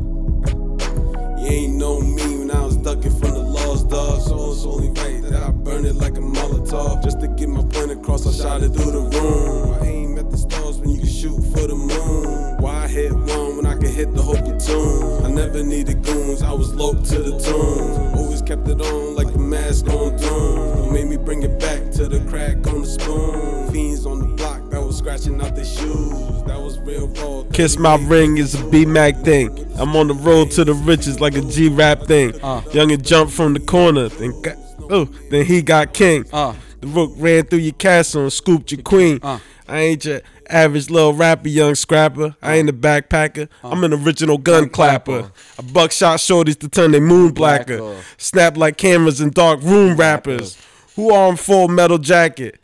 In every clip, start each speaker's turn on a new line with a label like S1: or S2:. S1: Yeah. You ain't know me when I was ducking from the lost dog. So it's only right that I burn it like a Molotov. Just to get my point across, I shot it through the room. I aim at the stars when you can shoot for the moon. Why I hit one when I can hit the whole platoon? I never needed goons, I was low to the tune. Always kept it on like the mask on Doom. You made me bring it back to the crack on the spoon. Fiends on the block that was scratching out their shoes. That was real raw.
S2: Kiss My Ring is a B Mac thing. I'm on the road to the riches like a G rap thing.
S3: Uh.
S2: Young and jumped from the corner, then got, oh, then he got king.
S3: Uh.
S2: The rook ran through your castle and scooped your queen.
S3: Uh.
S2: I ain't your average little rapper, young scrapper. I ain't a backpacker. I'm an original gun clapper. I buckshot shorties to turn their moon blacker.
S3: Blacker.
S2: Snap like cameras in dark room rappers. Who on full metal jacket?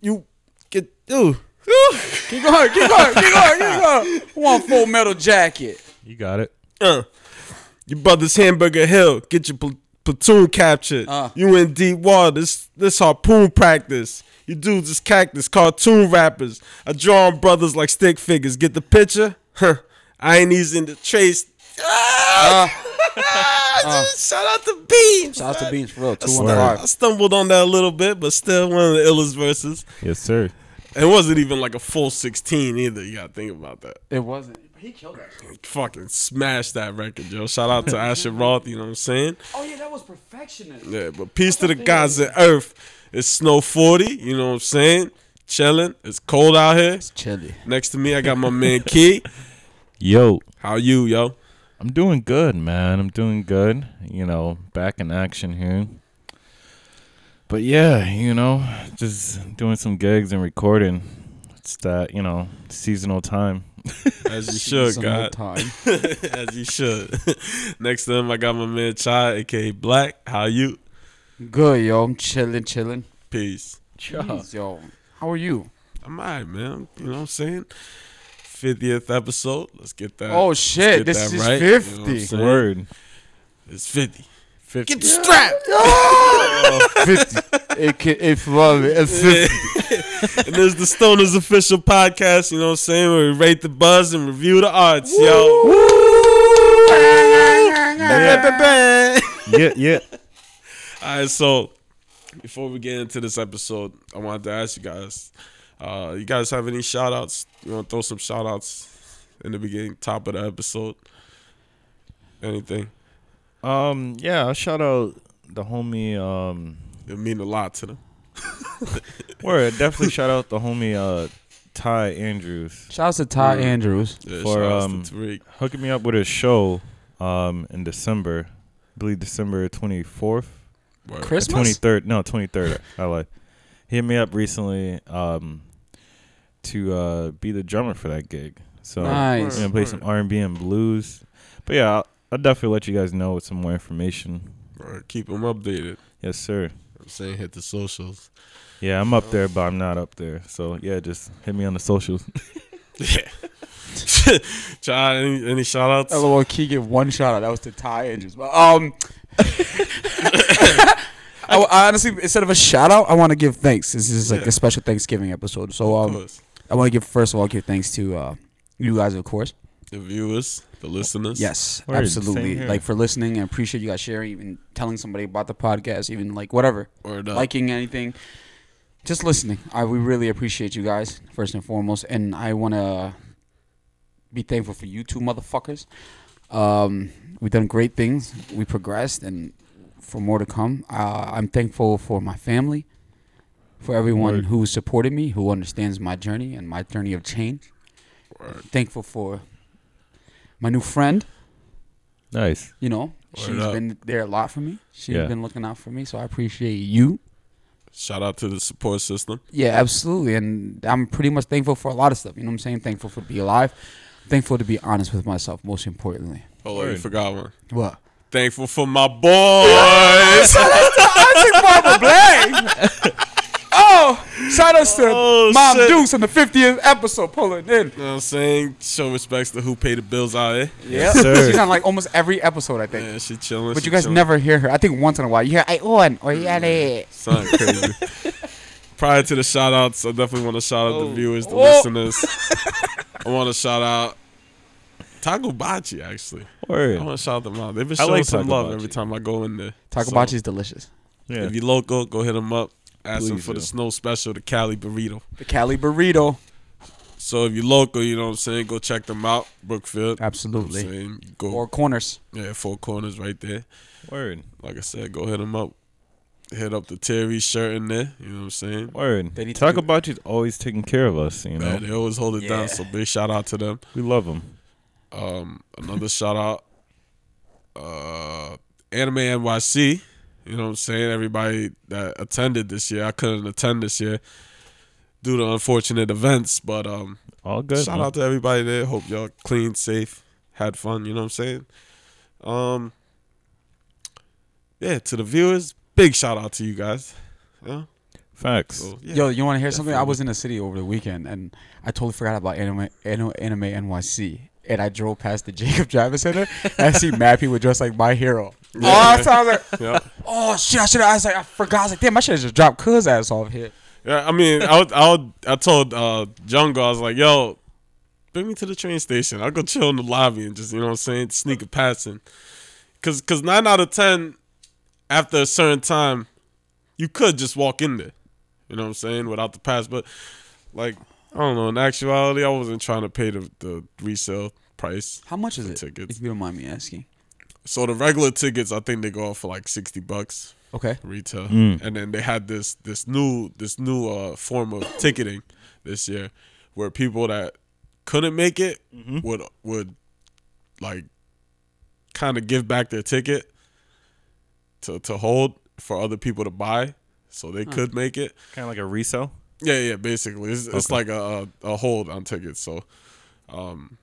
S2: You get ooh. ooh.
S3: Keep going, keep going, keep going, keep going. One full metal jacket.
S4: You got it.
S2: Uh. Your brother's hamburger hill. Get your pl- platoon captured.
S3: Uh.
S2: You in deep water. This this harpoon practice. You dudes is cactus, cartoon rappers. I draw on brothers like stick figures. Get the picture? Huh. I ain't easy to trace. Ah! Shout out to Beans.
S3: Uh. Shout out to
S2: man.
S3: Beans for real.
S2: I
S3: Two
S2: stum-
S3: one
S2: I
S3: five.
S2: stumbled on that a little bit, but still one of the illest verses.
S4: Yes, sir.
S2: It wasn't even like a full 16 either. You gotta think about that
S3: It wasn't. He killed that. shit.
S2: fucking smashed that record, yo. Shout out to Asher Roth, you know what I'm saying?
S3: Oh yeah, that was perfectionist.
S2: Yeah, but peace to the gods of earth. It's snow 40, you know what I'm saying? Chilling. It's cold out here.
S3: Chili.
S2: Next to me, I got my man Key.
S4: Yo,
S2: How you, yo?
S4: I'm doing good, man. I'm doing good. You know, back in action here. But yeah, you know, just doing some gigs and recording. It's that, you know, seasonal time.
S2: As you should,
S3: Some
S2: God.
S3: time.
S2: As you should. Next to him, I got my man Chai, aka Black. How you?
S3: Good, yo. I'm chilling, chilling.
S2: Peace.
S3: Jeez, yo. How are you?
S2: I'm all right, man. You know what I'm saying? 50th episode. Let's get that.
S3: Oh
S2: let's
S3: shit,
S2: get
S3: this
S2: that
S3: is
S2: right, you know what I'm
S3: 50.
S2: saying?
S4: Word.
S2: It's 50. 50.
S3: Get the strap.
S2: Oh.
S3: Fifty. It can, if love it. It's fifty.
S2: and there's the Stoners official podcast. You know what I'm saying? Where we rate the buzz and review the arts, yo.
S4: Yeah, yeah.
S2: All right, so before we get into this episode, I wanted to ask you guys. Uh, you guys have any shout outs? You want to throw some shout outs in the beginning, top of the episode? Anything?
S4: Um, yeah, I'll shout out the homie um
S2: It mean a lot to them.
S4: Word, definitely shout out the homie uh Ty Andrews
S3: Shout out to Ty
S2: Mm.
S3: Andrews.
S2: Yeah,
S4: For,
S2: shout outs
S4: um,
S2: to Tariq.
S4: hooking me up with a show um in December. I believe December twenty fourth.
S2: Word.
S4: Twenty
S3: Christmas.
S4: third no, twenty third. I lied. He hit me up recently um to uh be the drummer for that gig. So
S3: Nice.
S4: we're gonna play some R and B and blues. But yeah, I'll, I'll definitely let you guys know with some more information.
S2: Word. Keep them updated.
S4: Yes, sir.
S2: I'm saying hit the socials.
S4: Yeah, I'm up there, but I'm not up there. So yeah, just hit me on the socials.
S2: Yeah. Try any, any shout outs?
S3: LOL Key gave one shout out. That was to Ty Andrews. But um, I, I honestly, instead of a shout out, I want to give thanks. This is like
S2: Yeah.
S3: a special Thanksgiving episode. So um, I want to give first of all give thanks to uh, you guys, of course.
S2: the viewers, the listeners.
S3: Yes,
S4: Word, same
S3: absolutely.
S4: here.
S3: Like for listening, and appreciate you guys sharing, even telling somebody about the podcast, even like whatever,
S2: Or the
S3: liking anything, just listening. I we really appreciate you guys first and foremost, and I want to be thankful for you two motherfuckers. Um, we've done great things. We progressed, and for more to come. Uh, I'm thankful for my family, for everyone
S4: Word.
S3: who supported me, who understands my journey and my journey of change.
S2: Word.
S3: Thankful for my new friend.
S4: Nice.
S3: You know, she's
S2: up.
S3: been there a lot for me. She's
S4: Yeah.
S3: been looking out for me, so I appreciate you.
S2: shout out to the support system.
S3: Yeah, absolutely. And I'm pretty much thankful for a lot of stuff. You know what I'm saying? Thankful for to be alive. Thankful to be honest with myself, most importantly.
S2: Oh, you
S4: Word.
S2: forgot one.
S3: What?
S2: Thankful for my boys.
S3: Barbara Black. Oh, shout outs to
S2: Oh,
S3: Mom
S2: shit.
S3: Deuce on the 50th episode pulling in.
S2: you know what I'm saying? Show respects to who pay the bills out here.
S3: Yeah,
S4: sir.
S3: she's on like almost every episode, I think.
S2: Yeah, she chilling.
S3: But
S2: she
S3: you guys
S2: chilling.
S3: never hear her. I think once in a while you hear I on or
S2: Mm.
S3: yeah. they-"
S2: Son, crazy. Prior to the shout
S4: Oh.
S2: outs, I definitely want to shout out the viewers, the
S3: Oh.
S2: listeners. I want to shout out Tagobachi, actually. I
S4: Word.
S2: want to shout them out. They've been
S4: I
S2: showing
S4: like
S2: some love
S4: Tagobachi.
S2: every time I go in there. So,
S3: Takobachi is delicious.
S4: Yeah.
S2: If you local, go hit them up. Ask them
S4: Please
S2: for the
S4: do.
S2: snow special, the Cali burrito.
S3: The Cali burrito.
S2: So if you local, you know what I'm saying, go check them out, Brookfield.
S3: Absolutely.
S2: You know what I'm saying? Go
S3: Four corners.
S2: yeah, four corners right there.
S4: Word.
S2: Like I said, go hit them up. Hit up the Terry shirt in there. You know what I'm saying?
S4: Word.
S3: They need to do-
S4: Takabachi's always taking care of us, you know.
S2: Man, they always hold it
S3: Yeah.
S2: down. So big shout out to them.
S4: We love him.
S2: Um, another shout out, uh, Anime NYC. You know what I'm saying? Everybody that attended this year, I couldn't attend this year due to unfortunate events, but um,
S4: All good.
S2: Shout
S4: man.
S2: out to everybody there. Hope y'all clean, safe, had fun. You know what I'm saying? Um, yeah, to the viewers, big shout out to you guys. Yeah,
S4: Facts.
S2: so, yeah.
S3: Yo, you want to hear something? I was in the city over the weekend and I totally forgot about anime, anime, anime NYC. And I drove past the Jacob Travis Center and I see Matt people dressed like my hero. Oh, so I was like,
S2: yeah.
S3: oh shit! I should. I was like, I forgot. I was like, damn, I should have just dropped Cuz ass off here.
S2: Yeah, I mean, I would- I would- I told uh, Jungle, I was like, yo, bring me to the train station. I'll go chill in the lobby and just, you know what I'm saying, sneak a passing. Cause, Cause nine out of ten, after a certain time, you could just walk in there. You know what I'm saying? Without the pass. But like, I don't know, in actuality, I wasn't trying to pay the, the resale price.
S3: How much is it?
S2: tickets.
S3: If you don't mind me asking.
S2: So the regular tickets, I think they go off for like sixty bucks
S3: Okay.
S2: retail. And then they had this this new this new uh, form of ticketing this year, where people that couldn't make it would would like kind of give back their ticket to to hold for other people to buy, so they could make it.
S4: Kind of like a resale.
S2: Yeah, yeah. Basically, it's, it's like a, a a hold on tickets. So, um,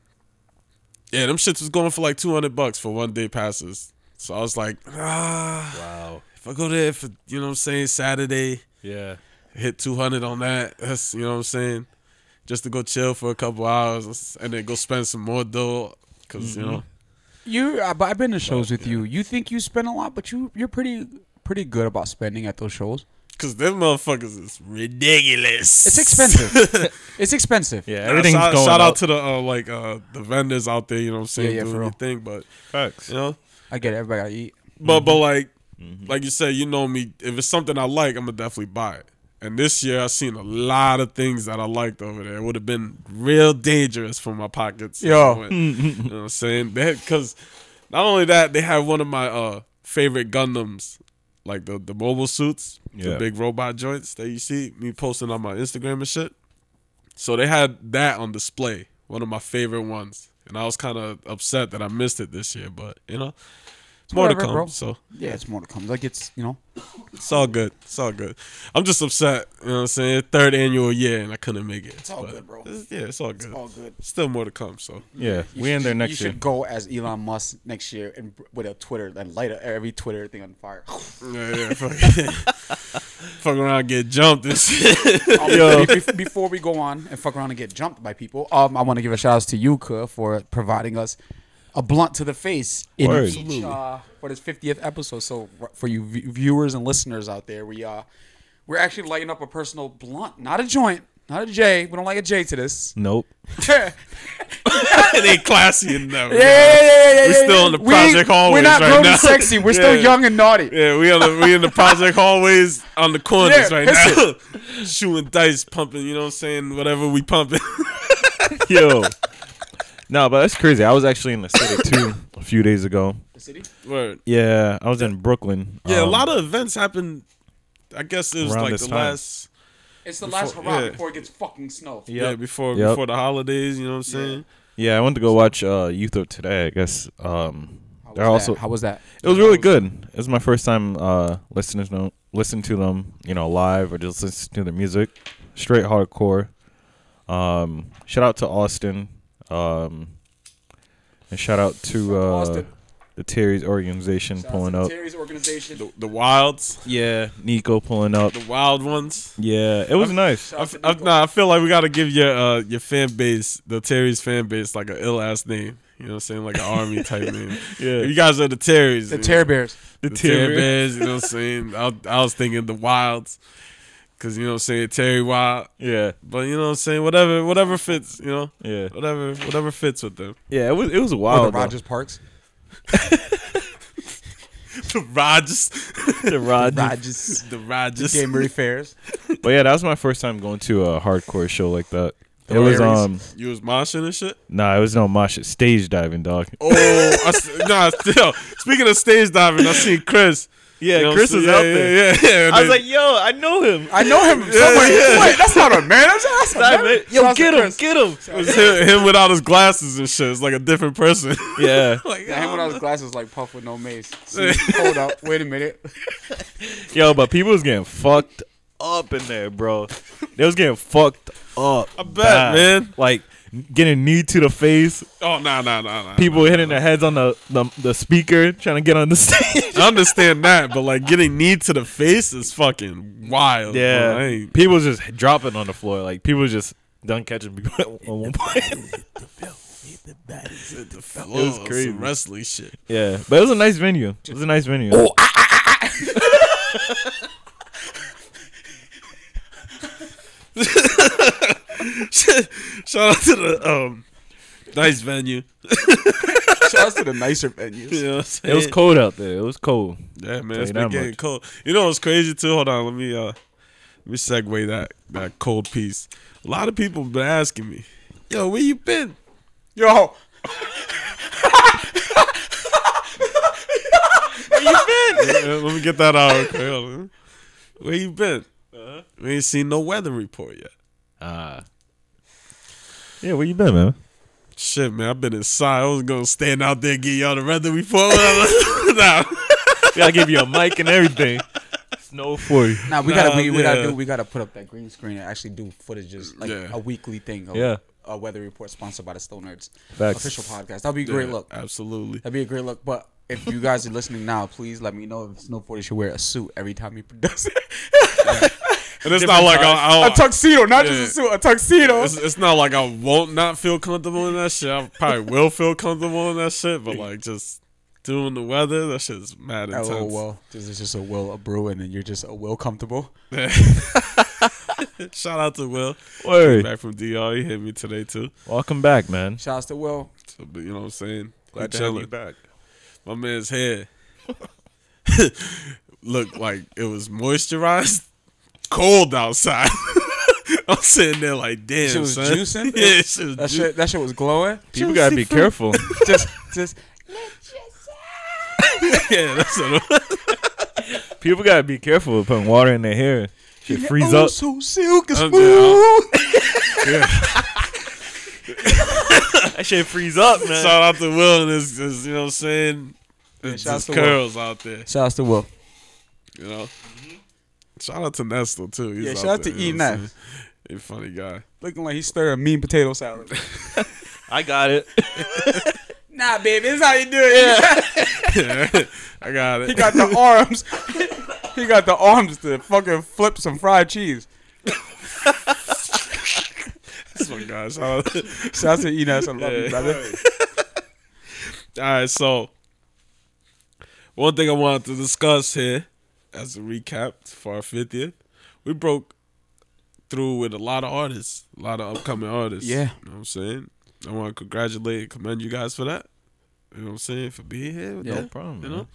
S2: yeah, them shits was going for like two hundred bucks for one day passes. So I was like, ah,
S4: Wow.
S2: if I go there for you know what I'm saying Saturday,
S4: Yeah.
S2: hit 200 on that. That's you know what I'm saying, just to go chill for a couple hours and then go spend some more dough. because
S3: Mm-hmm.
S2: you know
S3: You, I- but I've been to shows with you. You think you spend a lot, but you you're pretty pretty good about spending at those shows.
S2: because them motherfuckers is ridiculous.
S3: It's expensive. it's expensive.
S4: Yeah.
S2: Nah,
S4: Everything's
S2: shout,
S4: going
S2: shout
S4: up.
S2: out to the uh, like uh, the vendors out there. You know what I'm saying,
S3: Yeah, yeah, for
S2: doing
S3: real.
S2: their thing, but
S4: Facts.
S2: you know.
S3: I get it. Everybody gotta eat.
S2: But but like like you said, you know me. If it's something I like, I'm gonna definitely buy it. And this year, I seen a lot of things that I liked over there. It would have been real dangerous for my pockets. if I
S3: Yo.
S2: went. you know what I'm saying? Because not only that, they have one of my uh favorite Gundams, like the the mobile suits,
S4: Yeah.
S2: the big robot joints that you see me posting on my Instagram and shit. So they had that on display, one of my favorite ones. And I was kind of upset that I missed it this year, but you know, more
S3: whatever,
S2: to come.
S3: bro.
S2: So
S3: Yeah, it's more to come. Like it's you know.
S2: it's all good. It's all good. I'm just upset. You know what I'm saying? Third annual year, and I couldn't make it. It's
S3: all good, bro.
S2: yeah, it's all good.
S3: good.
S2: Still more to come. So
S4: Yeah. We in there next
S3: You
S4: year.
S3: should go as Elon Musk next year and with a Twitter and light every Twitter thing on fire. Um,
S2: yeah, yeah. Fuck, fuck around, get jumped and shit.
S3: Yo. Before we go on and fuck around and get jumped by people, um, I want to give a shout out to Yuka for providing us a blunt to the face in
S4: Word.
S3: each, uh, for this 50th episode. So r- for you v- viewers and listeners out there, we uh, we're actually lighting up a personal blunt, not a joint, not a J. We don't like a J to this.
S4: Nope.
S3: yeah,
S2: it ain't classy enough.
S3: yeah, yeah, yeah, yeah,
S2: We
S3: yeah,
S2: still
S3: yeah.
S2: in the
S3: We-
S2: Project
S3: We're
S2: Hallways
S3: not
S2: right
S3: grown
S2: now.
S3: and sexy. We're
S2: Yeah.
S3: still young and naughty.
S2: Yeah, we on the we in the project hallways on the corners
S3: Yeah,
S2: right now, shooting dice, pumping. You know what I'm saying? Whatever we pumping.
S4: Yo. no, but that's crazy. I was actually in the city too a few days ago.
S3: The city?
S2: Word.
S4: Yeah, I was in Brooklyn.
S2: Yeah, a
S4: um,
S2: lot of events happened. I guess it was
S4: Around
S2: like
S4: this
S2: the
S4: time.
S2: last.
S3: It's the last
S2: Before-
S3: hurrah
S2: yeah.
S3: before it gets fucking snow.
S2: Yeah, before
S4: Yep.
S2: before the holidays. You know what I'm saying?
S4: Yeah, I went to go watch uh, Youth of Today. I guess um, they're also.
S3: how was that?
S4: It was really good. It was my first time uh, listening to them, listen to them, you know, live or just listen to their music. Straight hardcore. Um, shout out to Austin. Um, and shout out to uh,
S3: Austin.
S4: the Terry's organization pulling up.
S3: Terry's organization.
S2: The, the wilds,
S4: Yeah, Nico pulling up.
S2: the wild ones.
S4: Yeah, it was nice.
S2: I, f- I- nah, I feel like we gotta give your uh, your fan base, the Terry's fan base, like an ill ass name. You know what I'm saying? Like an army type name.
S4: Yeah.
S2: If you guys are the Terrys.
S3: the
S2: you know,
S3: Terry Bears.
S2: the Terry Bears. You know what I'm saying? I, I was thinking the wilds. Cause you know what I'm saying, Terry Wild.
S4: Yeah,
S2: But you know what I'm saying? Whatever whatever fits, you know?
S4: yeah,
S2: Whatever whatever fits with them.
S4: yeah. It was it was
S3: Or Oh, the
S4: wild. though.
S3: Rogers Parks.
S2: The Rodgers.
S4: The Rogers.
S3: Rogers.
S2: The Rodgers.
S3: Gay Murray Fairs.
S4: But yeah, that was my first time going to a hardcore show like that.
S3: The
S4: it was
S3: Larrys?
S4: um,
S2: You was moshing and shit?
S4: nah, it was no mosh. It's stage diving, dog.
S2: Oh, I s nah, still. Speaking of stage diving, I seen Chris.
S4: Yeah,
S2: You know what
S4: Chris
S2: I'm
S4: was
S2: saying?
S4: out there.
S2: Yeah, yeah, yeah. And
S4: I was
S2: they-
S4: like, yo, I know him.
S3: I know him from somewhere. Wait, that's not a man. That's, that's a
S4: Stop
S3: man.
S4: it. Yo,
S3: Sounds
S4: get
S3: like
S4: him,
S3: Chris.
S4: get him.
S2: It was him, him without his glasses and shit. It's like a different person.
S4: Yeah,
S2: like,
S3: Yeah, him
S2: oh,
S3: without his glasses like Puff with no mace. See, hold up, wait a minute.
S4: yo, but people was getting fucked up in there, bro. They was getting fucked up. I
S2: bet, man.
S4: Like getting knee to the face.
S2: oh, nah, nah, nah, nah.
S4: People hitting their heads on the the, the speaker, trying to get on the stage.
S2: I understand that, but like getting knee to the face is fucking wild. bro. I
S4: Yeah,
S2: ain't-
S4: people was just dropping on the floor. Like people was just done catching people at one point.
S2: it
S4: was
S2: was
S4: crazy.
S2: crazy. Some wrestling shit.
S4: Yeah, Oh, but it was a nice venue. It was a nice venue.
S2: Shout out to the um, nice venue.
S3: Shout out to the nicer venues.
S2: You know what I'm saying?
S4: It was cold out there. It was cold.
S2: Yeah, man,
S4: Tell
S2: it's
S4: you
S2: been
S4: that
S2: getting
S4: much.
S2: cold. You know what's crazy too? Hold on, let me uh let me segue that that cold piece. A lot of people been asking me, yo, where you been?
S3: Yo,
S2: Yeah, let me get that out. real quick. Hold on. Where you been?
S3: Uh-huh.
S2: We ain't seen no weather report yet.
S4: Ah. yeah, where you been, man?
S2: Shit, man, I've been inside. I was gonna stand out there and get y'all the weather report. nah.
S4: We gotta give you a mic and everything. Snow for you.
S3: nah, we gotta
S2: Nah,
S3: we, we gotta
S2: yeah.
S3: do we gotta put up that green screen and actually do footages like
S2: Yeah.
S3: a weekly thing. Of,
S4: Yeah.
S3: a weather report sponsored by the Stone Nerds
S4: Facts.
S3: official podcast. That'd be a great look.
S2: Absolutely.
S3: That'd be a great look. But if you guys are listening now, please let me know if Snow Forty should wear a suit every time he does it.
S2: And it's not like I, I,
S3: a tuxedo, not
S2: yeah.
S3: just a suit, a tuxedo.
S2: it's, it's not like I won't not feel comfortable in that shit. I probably will feel comfortable in that shit, but like just doing the weather, that shit's mad intense.
S3: Oh well, this is just a will a brew, and then you're just a will comfortable.
S2: Shout out to Will.
S4: Word.
S2: Back from DR, he hit me today too.
S4: Welcome back, man.
S3: Shouts to Will.
S2: So, but you know what I'm saying? We
S4: to have you
S2: chilling. My man's hair looked like it was moisturized. Cold outside. I'm sitting there like, damn,
S3: Shit was
S2: son.
S3: juicing?
S2: yeah, shit was
S3: That
S2: juicing.
S3: shit, that shit was glowing.
S4: People gotta be careful.
S3: just, just.
S2: Yeah, that's what it was.
S4: People gotta be careful with putting water in their hair. Shit freeze
S3: oh,
S4: up.
S3: so silk and
S2: I'm-
S3: smooth.
S4: That shit freeze up, man.
S2: Shout out to Will and his, his you know what I'm saying? It's
S3: shout out
S2: just
S3: to Will.
S2: curls out there,
S3: Shouts to Will.
S2: you know? Shout out to Nestle too. He's
S3: Mm-hmm. Yeah, shout
S2: there,
S3: out to
S2: you
S3: E
S2: know what I'm
S3: Ness.
S2: saying? He a funny guy.
S3: Looking like he's stirring mean potato salad.
S4: I got it.
S3: nah, baby, this is how you do
S2: I
S3: it.
S2: got it.
S3: He got the arms. he got the arms to fucking flip some fried cheese.
S2: this one, guys. Shout out.
S3: Shouts to Enos. I love you,
S2: Yeah.
S3: brother.
S2: All right, so one thing I wanted to discuss here as a recap for our 50th, we broke through with a lot of artists, a lot of upcoming artists.
S3: Yeah.
S2: You know what I'm saying? I want to congratulate and commend you guys for that. You know what I'm saying? For being here. With
S3: Yeah.
S2: yeah.
S4: No problem.
S2: You know?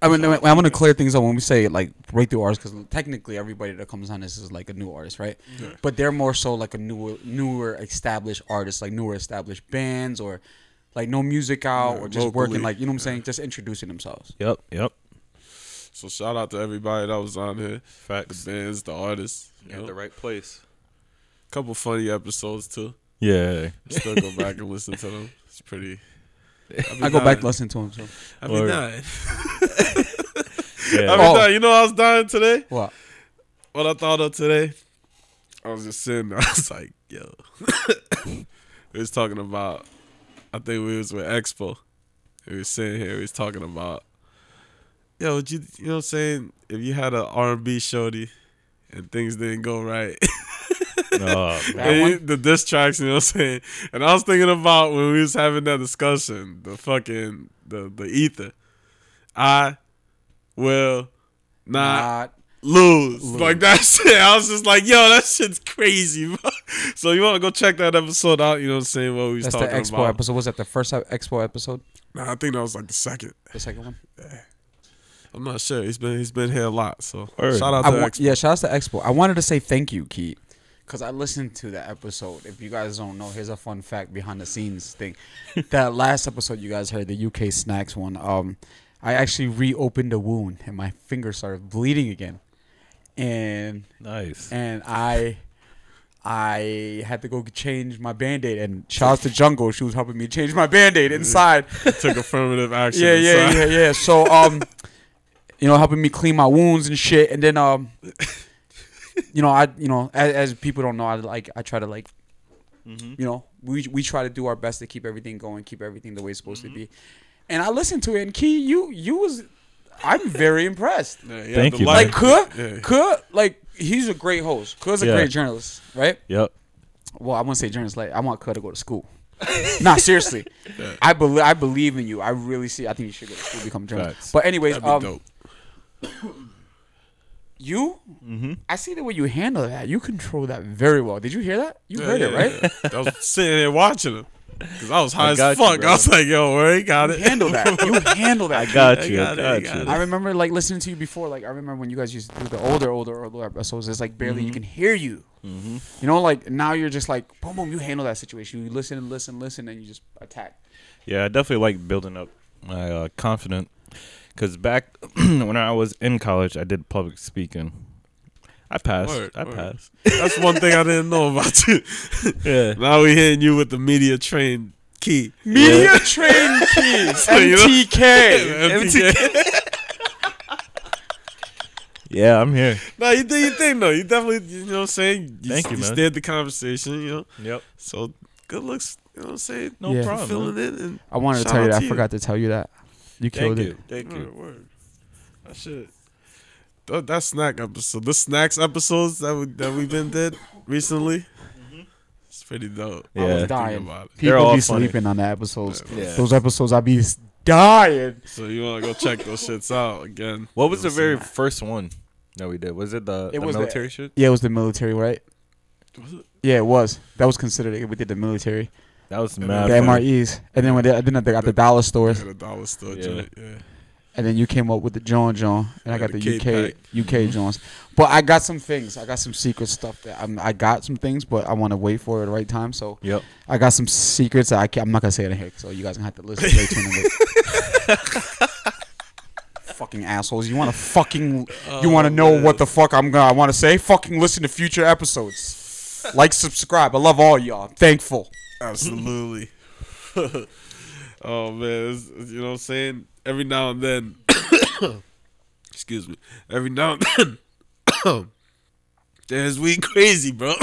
S3: I mean, I want to clear things up when we say like breakthrough artists, because technically everybody that comes on this is like a new artist, right? But they're more so like a newer, newer established artist, like newer established bands, or like no music out,
S2: Yeah,
S3: or just working,
S2: locally,
S3: like you know what I'm saying, just introducing themselves.
S4: Yep, yep.
S2: So shout out to everybody that was on here.
S4: Facts.
S2: The bands, the artists. You know?
S4: right place.
S2: couple funny episodes too.
S4: Yeah.
S2: Still go back and listen to them. It's pretty. be
S3: I go back
S2: dying.
S3: listen to him. So.
S2: I mean,
S4: Word.
S2: dying.
S4: yeah.
S2: I
S3: Oh.
S2: mean, dying. you know, I was dying today.
S3: What?
S2: what I thought of today, I was just sitting there. I was like, yo. we was talking about, I think we was with Expo. We was sitting here, we was talking about, yo, would you, you know what I'm saying? If you had an R&B shorty and things didn't go right,
S4: Nah, man.
S3: That one?
S2: the diss tracks, you know what I'm saying? And I was thinking about when we was having that discussion, the fucking, the, the ether. I will not
S3: Not
S2: lose. Like that's it. I was just like, yo, that shit's crazy. Bro. So you want to go check that episode out? You know what I'm saying? What we was
S3: That's the
S2: talking
S3: Expo
S2: about?
S3: episode. Was that the first e- Expo episode?
S2: Nah, I think that was like the second.
S3: The second one.
S2: I'm not sure. He's been he's been here a lot. So
S4: Word.
S2: shout out
S3: I
S2: to
S3: wa-
S2: Expo.
S3: yeah, shout out to Expo. I wanted to say thank you, Keith, because I listened to that episode. If you guys don't know, here's a fun fact behind the scenes thing. that last episode you guys heard, the UK snacks one. Um, I actually reopened a wound and my finger started bleeding again, and
S4: Nice.
S3: and I. I had to go change my band aid and shout out to Jungle. She was helping me change my band aid inside.
S2: Took affirmative action.
S3: Yeah, yeah,
S2: inside.
S3: yeah, yeah. So, um, you know, helping me clean my wounds and shit, and then, um, you know, I, you know, as, as people don't know, I like, I try to like, you know, we we try to do our best to keep everything going, keep everything the way it's supposed to be, and I listened to it, and Key, you, you was, I'm very impressed.
S2: Yeah, yeah,
S4: Thank
S2: the
S4: you,
S2: light-
S4: man.
S3: Like, Kuh,
S2: Yeah.
S3: Kuh, like, he's a great host. Kuh's a
S4: Yeah.
S3: great journalist, right?
S4: Yep.
S3: well, I wouldn't say journalist. Like, I want Kuh to go to school. nah, seriously, I believe I believe in you. I really see. I think you should go to school, become a journalist.
S4: Facts.
S3: But anyways,
S2: That'd be
S3: um,
S2: dope.
S3: you,
S4: Mm-hmm.
S3: I see the way you handle that. You control that very well. Did you hear that? You heard it, right?
S2: I was sitting there watching him because I was high as
S4: got you,
S2: fuck.
S4: bro.
S2: I was like, yo, where he got it?
S3: Handle that. You handle that.
S4: I got
S2: I
S4: you. I
S2: got it, I
S4: got
S2: got
S4: you.
S2: it.
S3: I remember like listening to you before. Like I remember when you guys used to do the older, older, older episodes. It's like
S4: Mm-hmm.
S3: barely you can hear you. You know, like now you're just like boom, boom. You handle that situation. You listen and listen, listen, and you just attack.
S4: Yeah, I definitely like building up my uh, confidence. Cause back when I was in college, I did public speaking. I passed.
S2: Word,
S4: I
S2: word.
S4: passed.
S2: That's one thing I didn't know about you.
S4: Yeah.
S2: now we hitting you with the media trained key.
S3: Media train keys.
S2: you know-
S3: MTK.
S2: MTK.
S4: Yeah, I'm here.
S2: no, you did your thing though. You definitely, you know what I'm saying? You,
S4: Thank you,
S2: you
S4: man.
S2: steered the conversation, you know?
S4: Yep.
S2: So good looks, you know what I'm saying?
S4: No
S3: Yeah.
S4: problem.
S2: Filling in and
S3: I wanted to
S2: Shout
S3: tell
S2: out
S3: you that.
S2: to
S3: I
S2: you.
S3: forgot to tell you that. You killed it.
S4: Thank you. Thank you.
S2: Word, word. That shit. That, that snack episode, the snacks episodes that we that we've been did recently,
S4: Mm-hmm.
S2: it's pretty dope.
S4: I was
S2: Think
S3: dying.
S2: about it.
S4: They're
S3: People
S4: all
S3: be
S4: funny.
S3: sleeping on the episodes.
S4: Yeah.
S3: Those episodes, I be s- dying.
S2: So you want to go check those shits out again?
S4: What was
S2: You
S4: the
S2: know
S4: very first one that we did? Was it the,
S3: It
S4: the
S3: was the-
S4: military shit?
S3: Yeah, it was the military, right?
S2: what I'm saying?
S3: Yeah, it was. That was considered. it. We did the military,
S4: That was
S2: then
S4: mad.
S3: the
S2: Okay.
S4: funny.
S3: MREs, and then when they, then they got the dollar
S2: Was
S3: stores,
S2: it at a dollar store
S4: Yeah.
S2: joint? Yeah.
S3: and then you came up with the John John, and I
S2: Yeah,
S3: got the,
S2: the kid
S3: UK UK Johns. But I got some things. I got some secret stuff that I'm, I got some things, but I want to wait for the right time. So
S4: Yep.
S3: I got some secrets that I can't, I'm not gonna say it in here, so you guys gonna have to listen. Stay tuned and listen. fucking assholes! You want to fucking you want to know what the fuck I'm gonna I want to say? Fucking listen to future episodes. Like, subscribe. I love all y'all. I'm thankful.
S2: Absolutely. oh man, it's- it's- you know what I'm saying? Every now and then, excuse me. Every now and then, there's we crazy, bro.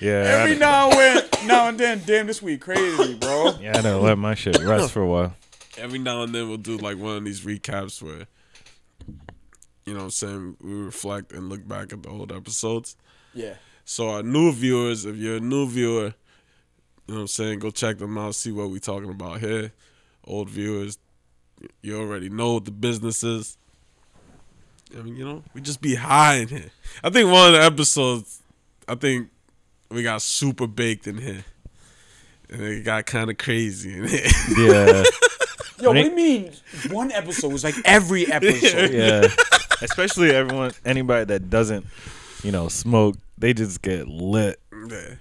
S4: Yeah. I,
S3: Every
S4: had-
S3: now and now and then, damn, this week crazy, bro.
S4: yeah, I had to let my shit rest for a while.
S2: Every now and then, we'll do like one of these recaps where, you know what I'm saying, we reflect and look back at the old episodes.
S3: Yeah,
S2: So our new viewers, if you're a new viewer, you know what I'm saying, go check them out, see what we talking about here. Old viewers, you already know what the business is. I mean, you know, we just be high in here. I think one of the episodes, I think we got super baked in here. And it got kind of crazy in here.
S4: Yeah.
S3: yo, what
S4: When
S3: do
S4: it-
S3: you mean? One episode was like every episode.
S4: Yeah. Especially everyone, anybody that doesn't, you know, smoke, they just get lit.
S2: Yeah.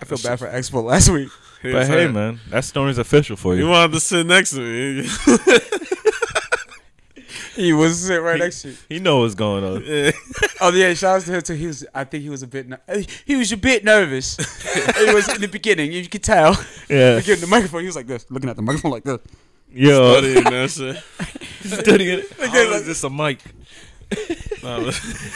S3: I feel bad for Expo last week.
S4: But
S2: It's
S4: hey,
S2: like,
S4: man, that's Stoney's official for
S2: You
S4: you.
S2: wanted to sit next to me.
S3: He was sitting right next to you.
S4: He know what's going on.
S3: Oh yeah, shout out to him too. He was, I think he was a bit, ner- eh, he was a bit nervous. he was in the beginning, you could tell.
S4: Yeah.
S3: I gave him the microphone. He was like this, looking at the microphone like this.
S4: Yo.
S2: Studying that shit.
S4: Studying it.
S3: Okay,
S4: How Oh, is this a mic?
S2: Nah,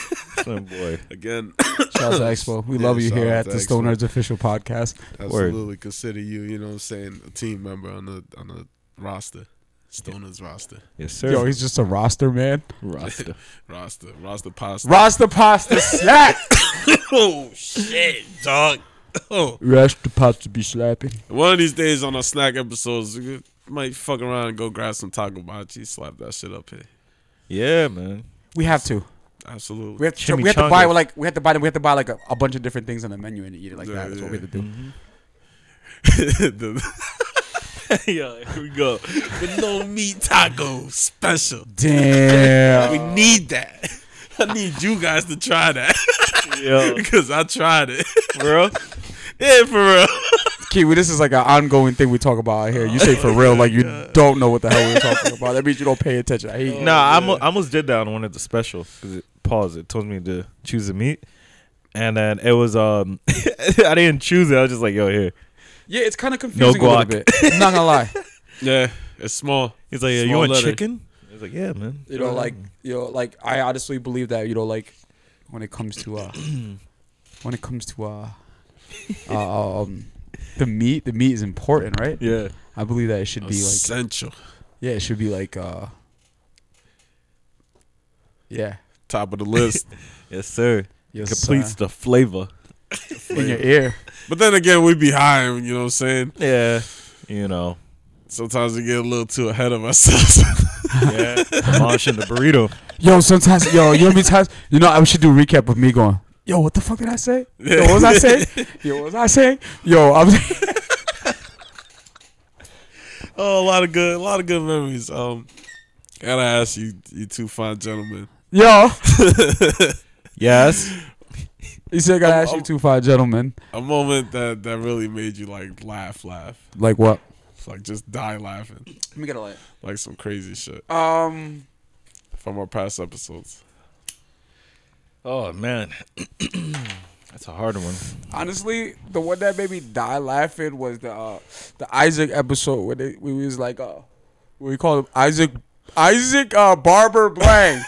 S4: Oh, boy.
S2: again,
S3: Shout out to Expo. We
S2: Yeah,
S3: love you
S2: shout
S3: here
S2: out
S3: at
S2: to
S3: the
S2: Expo.
S3: Stoner's official podcast.
S2: absolutely consider you, you know what I'm saying, a team member on the on the roster. Stoner's roster.
S4: Yes, sir.
S3: Yo, he's just a roster man.
S4: Rasta.
S2: Roster. Roster pasta.
S3: Roster pasta slap.
S2: oh shit, dog. Oh.
S3: roster pasta be slapping.
S2: One of these days on our snack episodes, we might fuck around and go grab some taco bachi, slap that shit up here.
S4: Yeah, man.
S3: We have to.
S2: Absolutely.
S3: We had, to, we had to buy
S4: Chimichangas.
S3: like we had to buy we had to buy like a, a bunch of different things on the menu and eat it like
S2: Yeah,
S3: that. That's what we had to do.
S2: The- Yo, here we go. The no meat taco special. We Uh,
S3: Damn.
S2: need that. I need you guys to try that
S4: Yo,
S2: because I tried it.
S4: bro.
S2: yeah, for real.
S3: Kiwi, this is like an ongoing thing we talk about out here. You say for real, like you don't know what the hell we're talking about. That means you don't pay attention. I hate you.
S2: Oh,
S4: Nah, I'm, I almost did that on one of the specials because it paused. It told me to choose a meat, and then it was um, I didn't choose it. I was just like, yo, here.
S3: Yeah, it's kind of confusing a little
S4: guac.
S3: bit. I'm not gonna lie.
S2: Yeah, it's small.
S4: He's like, yo, you
S2: Small
S4: want
S2: letter.
S4: chicken? I was like, yeah, man.
S3: You know, like you know, like I honestly believe that you know, like when it comes to uh, when it comes to uh, uh, um, the meat, the meat is important, right?
S4: yeah. Oh,
S3: I believe that it should be like
S2: Essential.
S3: Yeah, it should be like uh Yeah.
S2: Top of the list.
S4: Yes, sir.
S3: Yes,
S4: Completes the flavor.
S3: sir. in your ear.
S2: but then again, we be high, you know what I'm saying?
S4: Yeah. You know.
S2: Sometimes we get a little too ahead of ourselves.
S4: Yeah. Demolishing the burrito.
S3: Yo, sometimes yo, you know how many times you know I should do a recap of me going, Yo, what the fuck did I say? Yo, what was I saying? Yo, what was I saying? Yo, I was
S2: oh, a lot of good, a lot of good memories. Um, gotta ask you, you two fine gentlemen.
S3: Yo
S4: Yes.
S3: You said I gotta
S2: I'm-
S3: ask you
S2: I'm-
S3: two fine gentlemen.
S2: A moment that that really made you like laugh, laugh,
S3: Like what?
S2: like just die laughing,
S3: Let me get a light.
S2: like some crazy shit
S3: Um
S2: from our past episodes.
S4: Oh man, that's a hard one.
S3: honestly, the one that made me die laughing was the uh, the Isaac episode where they we was like uh what we call him Isaac Isaac uh Barber Blank.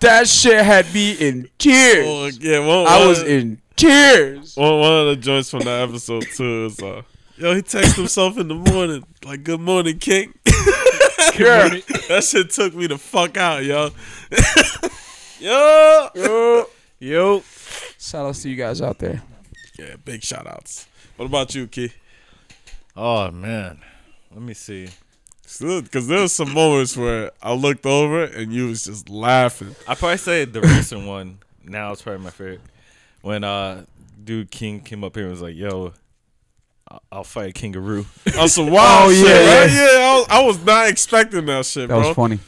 S3: that shit had me in tears.
S2: Oh, yeah, one,
S3: I
S2: one-
S3: was in tears.
S2: One, one of the joints from that episode too is uh, yo, he texted himself in the morning like, "Good morning, King."
S3: Yeah.
S2: that shit took me the fuck out, yo. yo.
S3: Yo.
S4: Yo,
S3: Shout outs to you guys out there.
S2: Yeah, big shout outs. What about you, Key?
S4: oh man, let me see.
S2: Because there was some moments where I looked over and you was just laughing.
S4: I probably say the recent one. Now it's probably my favorite. When uh, dude King came up here and was like, "Yo, I- I'll fight a kangaroo."
S2: On some wild
S3: Oh,
S2: shit,
S3: yeah,
S2: right? Yeah, I was, I was not expecting that shit,
S3: That
S2: bro.
S3: was funny.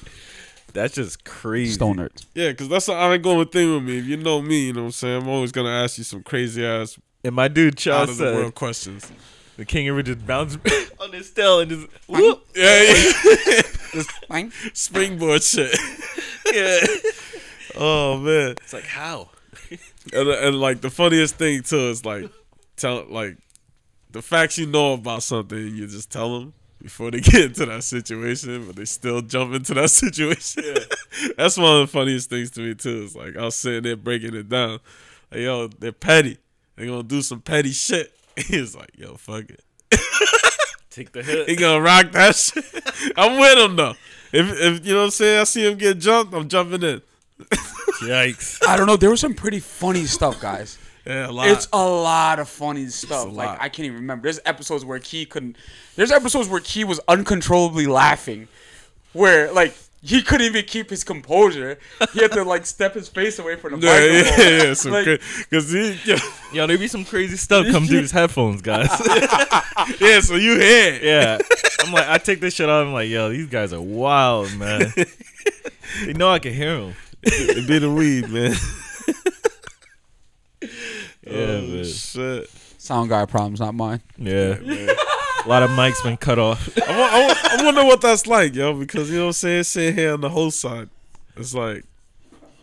S4: That's just crazy.
S3: Stoner.
S2: Yeah, because that's an ongoing thing with me. If you know me, you know what I'm saying? I'm always going to ask you some crazy ass,
S4: And my dude
S2: out
S4: Charles
S2: of the
S4: said
S2: world questions.
S4: the kangaroo just bounced on his tail and just whoop.
S2: Yeah, yeah.
S3: Fine.
S2: Springboard shit.
S4: Yeah.
S2: Oh, man.
S4: It's like how?
S2: And, and like the funniest thing too is like tell like the facts you know about something you just tell them before they get into that situation, but they still jump into that situation. That's one of the funniest things to me too. Is like I was sitting there breaking it down. Like yo, they're petty. They're gonna do some petty shit. He's like, yo, fuck it.
S4: Take the
S2: He
S4: hit.
S2: gonna rock that shit. I'm with him though. If if you know what I'm saying, I see him get jumped, I'm jumping in.
S4: Yikes.
S3: I don't know. There was some pretty funny stuff, guys.
S2: Yeah, a lot.
S3: It's a lot of funny stuff.
S2: a lot.
S3: Like I can't even remember. There's episodes where Key couldn't. There's episodes where Key was uncontrollably laughing, where like he couldn't even keep his composure. He had to like step his face away from the
S2: yeah, yeah,
S3: microphone.
S2: yeah, yeah. Some
S3: Like-
S2: Because he,
S4: Yo, there be some crazy stuff come through his headphones, guys.
S2: yeah, so you here.
S4: Yeah. I'm like, I take this shit off. I'm like, yo, these guys are wild, man. they know I can hear them.
S2: It be the weed, man.
S4: Yeah,
S2: oh,
S4: man.
S2: shit.
S3: Sound guy problems, not mine.
S4: Yeah. A lot of mics been cut off.
S2: I, wa- I, wa- I wonder what that's like, yo, because you know what I'm saying? Sitting here on the whole side. It's like,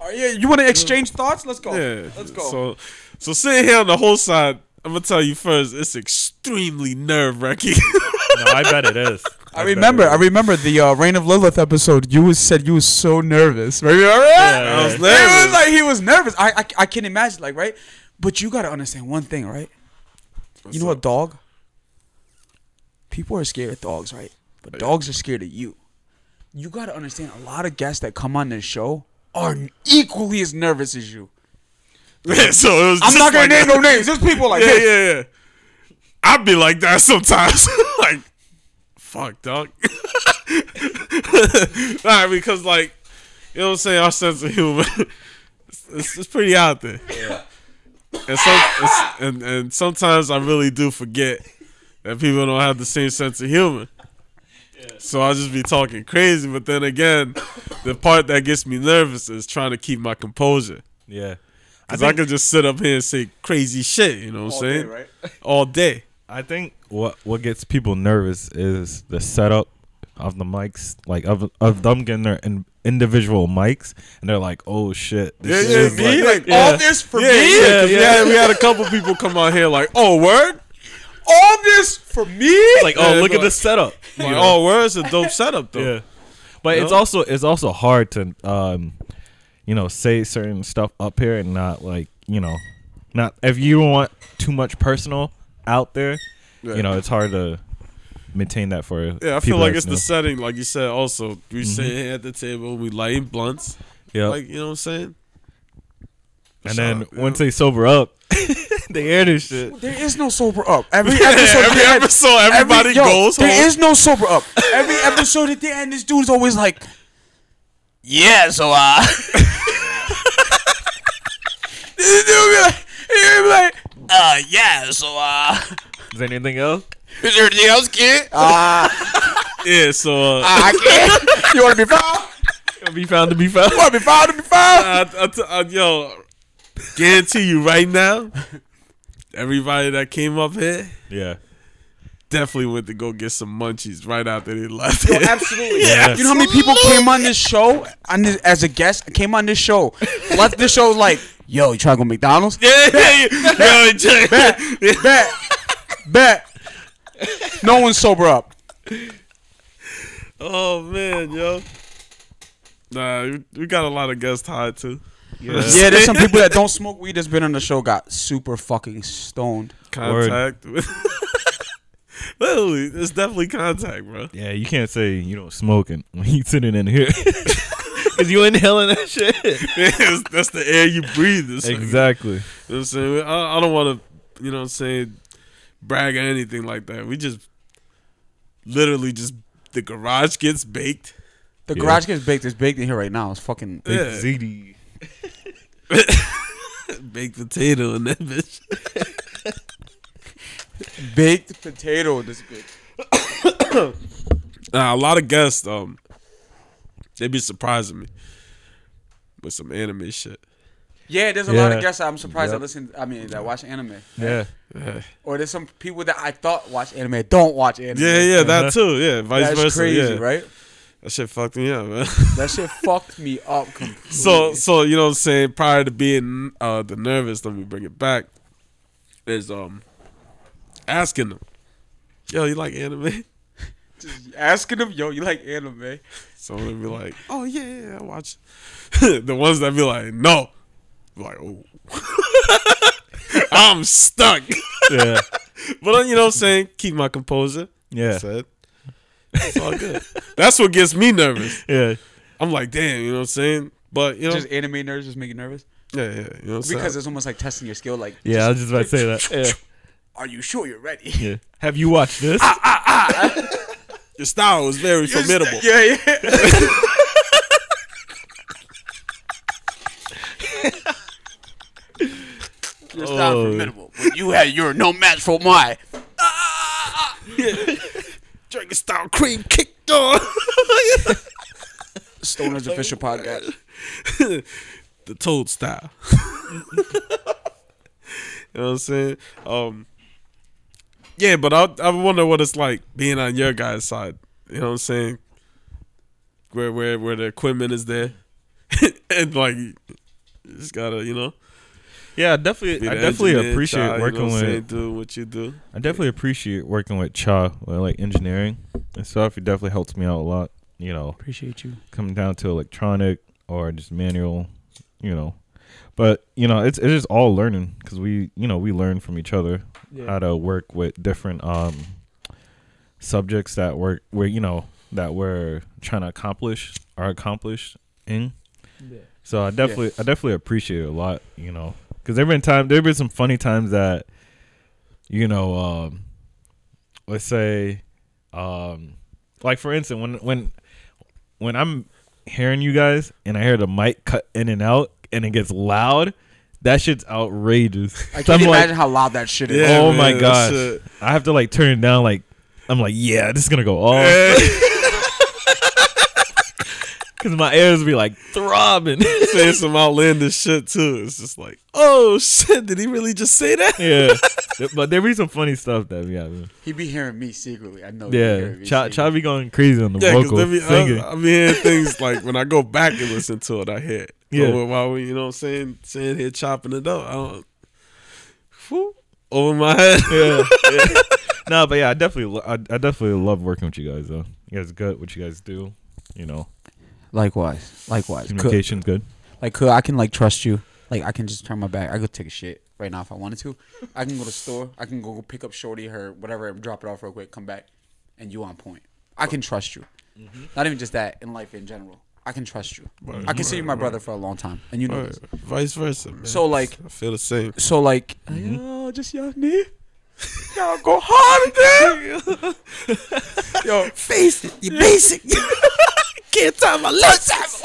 S3: Oh yeah, you want to exchange thoughts? Let's go.
S2: yeah.
S3: Let's go.
S2: So, so sitting here on the whole side, I'm going to tell you first, it's extremely nerve wracking.
S4: No, I bet it is.
S3: I
S4: bet
S3: remember.
S4: it
S3: I remember the uh, Reign of Lilith episode. You was said you was so nervous. Remember? that?
S4: I was
S3: It
S2: nervous.
S3: was like he was nervous. I, I I can imagine. Like right, but you gotta understand one thing, right? you know a dog? People are scared of dogs, right? But dogs are scared of you. You got to understand a lot of guests that come on this show are n- equally as nervous as you.
S2: Yeah, so it was
S3: I'm
S2: just
S3: not going
S2: like-
S3: to name no names. There's people like
S2: Yeah,
S3: this.
S2: yeah, yeah. I'd be like that sometimes. like, fuck, dog. All right, because like You know what I'm saying? Our sense of humor. it's, it's, it's pretty out there. And, some, it's, and, and sometimes I really do forget that people don't have the same sense of humor. So I'll just be talking crazy. But then again, the part that gets me nervous is trying to keep my composure.
S4: Yeah.
S2: Because I, can just sit up here and say crazy shit, you know what I'm saying? All day.
S4: I think what what gets people nervous is the setup of the mics, like of of them getting their in, individual mics, and they're like, "Oh shit, this
S2: Yeah, yeah,
S4: is
S2: me,
S4: like,
S2: like, all
S4: yeah.
S3: this for
S2: yeah,
S3: me?
S2: Yeah, 'cause we,
S4: yeah.
S2: had, we had a couple people come out here like, oh, word? All this for me?
S4: like, oh,
S2: Yeah,
S4: look at
S2: like-
S4: this setup."
S2: Like, oh, word? It's a dope setup, though.
S4: Yeah. But it's
S2: No?
S4: also it's also hard to um, you know, say certain stuff up here and not like you know, not if you don't want too much personal out there,
S2: Yeah.
S4: you know, it's hard to maintain that for.
S2: Yeah, I feel
S4: people
S2: like
S4: that's
S2: it's the setting, like you said. Also, we sit here at the table, we light blunts,
S4: new. Yep.
S2: like you know what I'm saying.
S4: and then
S2: Shut up,
S4: once they sober up, they air this shit.
S3: There is no sober up. Every episode,
S2: every
S3: they had-
S2: episode, everybody
S3: yo,
S2: goes
S3: There
S2: home.
S3: is no sober up. Every episode at the end, this dude's always like, "Yeah, so uh." this dude be like, he be like, "Uh, yeah, so uh."
S4: Is there anything else?
S3: Is there anything else, kid? Uh,
S4: Yeah. So uh,
S3: I can't. You want to be found?
S4: be found to be found.
S3: You want to be found? To be found?
S2: I, I t- I- yo, guarantee you right now, everybody that came up here
S4: Yeah.
S2: definitely went to go get some munchies right after they left.
S3: Yo,
S2: here.
S3: absolutely.
S4: Yes.
S3: You know how many people came on this show on this, as a guest? Came on this show, left the show like, "Yo, you trying to go McDonald's?"
S2: yeah, yeah, yeah. Yo, check-
S3: Bet. Bet. No one's sober up.
S2: Oh man, yo. Nah, we, we got a lot of guests tied too.
S3: Yeah, there's some people that don't smoke weed that's been on the show got super fucking stoned.
S2: Contact. Literally, it's definitely contact, bro.
S4: Yeah, you can't say you don't smoke and when you sitting in here because you inhaling that shit.
S2: That's- that's the air you breathe. It's like-
S4: Exactly.
S2: You know what I'm saying? I, I don't want to, you know what I'm saying, brag or anything like that. We just literally just, the garage gets baked.
S3: The
S4: Yeah.
S3: garage gets baked. It's baked in here right now. It's fucking.
S4: Big
S2: Yeah.
S4: ZD.
S2: Baked potato in that bitch.
S3: Baked potato in this bitch.
S2: Nah, a lot of guests, um, they be surprising me with some anime shit.
S3: Yeah, there's a lot
S4: Yeah.
S3: of guests I'm surprised
S4: Yep.
S3: that listen. I mean, that watch anime.
S4: Yeah.
S3: Or there's some people that I thought watch anime don't watch anime.
S2: Yeah, yeah, that
S4: Uh-huh.
S2: too. Yeah, vice
S3: That's
S2: versa.
S3: crazy,
S2: yeah.
S3: right?
S2: That shit fucked me up, man.
S3: That shit fucked me up completely.
S2: So so you know what I'm saying, prior to being uh the nervous, let me bring it back. Is um asking them, yo, you like anime?
S3: Just asking them, yo, you like anime?
S2: So they be like, oh yeah, yeah, I watch. the ones that be like, no, be like oh, I'm stuck.
S4: Yeah.
S2: but uh, you know what I'm saying, keep my composure.
S4: Yeah.
S2: Said. It's all good. That's what gets me nervous.
S4: Yeah.
S2: I'm like, damn, you know what I'm saying? But you know,
S3: Just anime nerds just make you nervous
S2: yeah, yeah, you know what I'm saying?
S3: because it's almost like testing your skill. Like,
S4: Yeah. I was just about to say that.
S3: are you sure you're ready?
S4: Yeah. Ah, yeah. Have you watched this?
S2: your style is very formidable.
S3: Yeah, yeah. Your style
S4: Oh.
S3: formidable. But you had you're no match for mine.
S2: Dragon style cream kicked on.
S3: Stoner's official podcast.
S2: the toad style. you know what I'm saying? Um, yeah, but I I wonder what it's like being on your guys' side. You know what I'm saying? Where where where the equipment is there, and like you just gotta you know.
S4: yeah. I definitely.
S2: be
S4: I
S2: the
S4: definitely
S2: engineer
S4: appreciate
S2: side,
S4: working
S2: you know what I'm saying,
S4: with.
S2: do what you do.
S4: I definitely appreciate working with Cha, with, like engineering and stuff. It definitely helps me out a lot. You know,
S3: Appreciate you.
S4: coming down to electronic or just manual, you know. But you know, it's it is all learning because we you know we learn from each other how to work with different um subjects that work where you know that we're trying to accomplish or accomplish in. So I definitely I definitely appreciate it a lot, you know, because there been time there been some funny times that, you know, um, let's say, um, like for instance when when when I'm hearing you guys and I hear the mic cut in and out and it gets loud, that shit's outrageous.
S3: I
S4: So
S3: can't
S4: I'm like,
S3: imagine how loud that shit is.
S2: Yeah,
S4: oh my
S2: man,
S4: gosh.
S2: that's
S4: I have to like turn it down like I'm like, yeah, this is gonna go off. Cause my ears be like throbbing.
S2: saying some outlandish shit too. It's just like, oh shit, did he really just say that?
S4: yeah. But there be some funny stuff that we have.
S3: He be hearing me secretly. I know. he be
S4: Yeah.
S3: hearing me
S4: Cha Cha
S3: secretly.
S4: be going crazy on the
S2: Yeah,
S4: vocal
S2: because
S4: singing.
S2: I, I be uh, hearing things like when I go back and listen to it, I hear it.
S4: Yeah.
S2: Over while we, you know what I'm saying, saying here chopping it up. I don't. Whew, over my head.
S4: yeah. No, but yeah, I definitely, lo- I, I definitely love working with you guys though. You guys good. What you guys do, you know,
S3: Likewise, likewise. Could,
S4: communication's good.
S3: like, could I can like trust you. Like, I can just turn my back. I could take a shit right now if I wanted to. I can go to the store. I can go pick up Shorty her whatever, drop it off real quick, come back, and you on point. I can trust you. Not even just that in life in general. I can trust you. I consider you my brother for a long time, and you know
S2: Or
S3: this.
S2: Vice versa, man.
S3: So, like-
S2: I feel the same.
S3: So like, yo, just y'all need. Y'all go hard in there. yo, face it, you basic. Can't time my lips.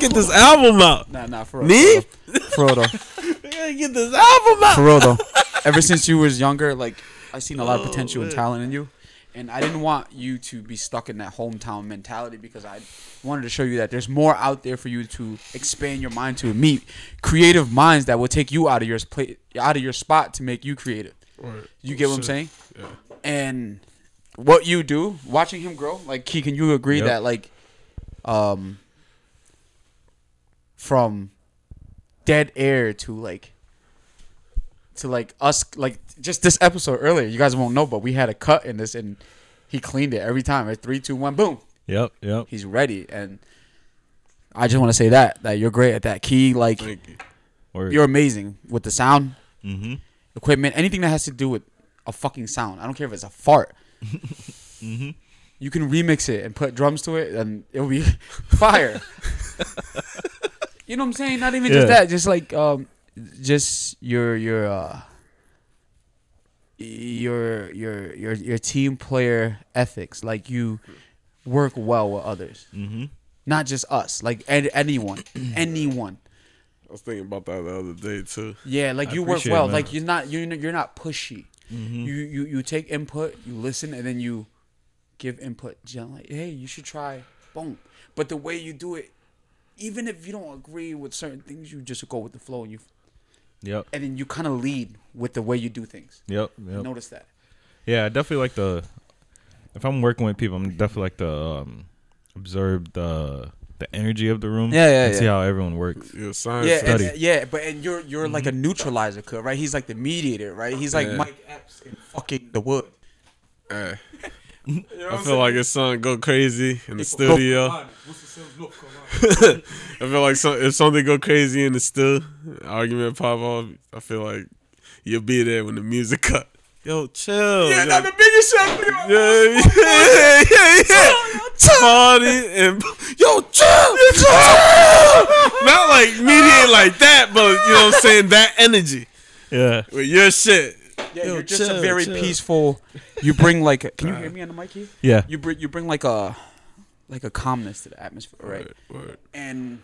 S2: Get this album out.
S3: Nah, nah, for real.
S2: Me?
S3: For real though.
S2: Get this album out.
S3: For real though. Ever since you was younger, like I seen a lot of potential and talent in you. And I didn't want you to be stuck in that hometown mentality because I wanted to show you that there's more out there for you to expand your mind to and meet creative minds that will take you out of your pla out of your spot to make you creative. You get what I'm saying? And what you do, watching him grow, like Key, can you agree
S4: Yep.
S3: that like um from dead air to like to like us like just this episode earlier, you guys won't know, but we had a cut in this and he cleaned it every time. Right? Three, two, one, boom.
S4: Yep, yep.
S3: He's ready. And I just wanna say that that you're great at that key, like
S2: Thank you.
S4: Or
S3: you're amazing with the sound,
S4: mm-hmm.
S3: equipment, anything that has to do with a fucking sound. I don't care if it's a fart.
S4: Mm-hmm.
S3: You can remix it and put drums to it, and it'll be fire. you know what I'm saying? Not even just
S4: Yeah.
S3: that, just like um, just your your uh, your your your your team player ethics. Like you work well with others,
S4: Mm-hmm.
S3: not just us. Like an- anyone, anyone.
S2: I was thinking about that the other day too.
S3: Yeah, like
S4: I
S3: you work
S4: appreciate it,
S3: well.
S4: man. Mm-hmm.
S3: Like you're not you're n- you're not pushy. You you you take input, you listen, and then you give input. You know, like hey, you should try. Boom. But the way you do it, even if you don't agree with certain things, you just go with the flow, and you
S4: Yep,
S3: and then you kind of lead with the way you do things.
S4: yep, yep.
S3: Notice that.
S4: Yeah, I definitely like the. If I'm working with people, I'm definitely like to um, observe the the energy of the room.
S3: Yeah, yeah,
S4: and See
S3: yeah.
S4: how everyone works.
S2: Your science.
S3: Yeah, and,
S4: Study. Mm-hmm.
S3: yeah, but and you're you're like a neutralizer, cook, right? He's like the mediator, right? He's like
S2: Yeah.
S3: Mike Epps in fucking the wood.
S2: Hey. I feel like his son go crazy in the studio. I feel like some, if something go crazy in the still argument pop off, I feel like you'll be there when the music cut. Yo, chill. Yeah,
S3: I'm the biggest chef.
S2: yeah, yeah, yeah, yeah, yeah. Party and yo, chill, chill. Not like mediate like that, but you know what I'm saying. That energy
S4: Yeah.
S2: with your shit.
S3: Yeah,
S2: Yo,
S3: you're just
S2: chill,
S3: a very
S2: chill.
S3: peaceful. You bring like. A, can you hear me on the mic here?
S4: Yeah.
S3: You bring you bring like a like a calmness to the atmosphere, right?
S2: Word.
S3: And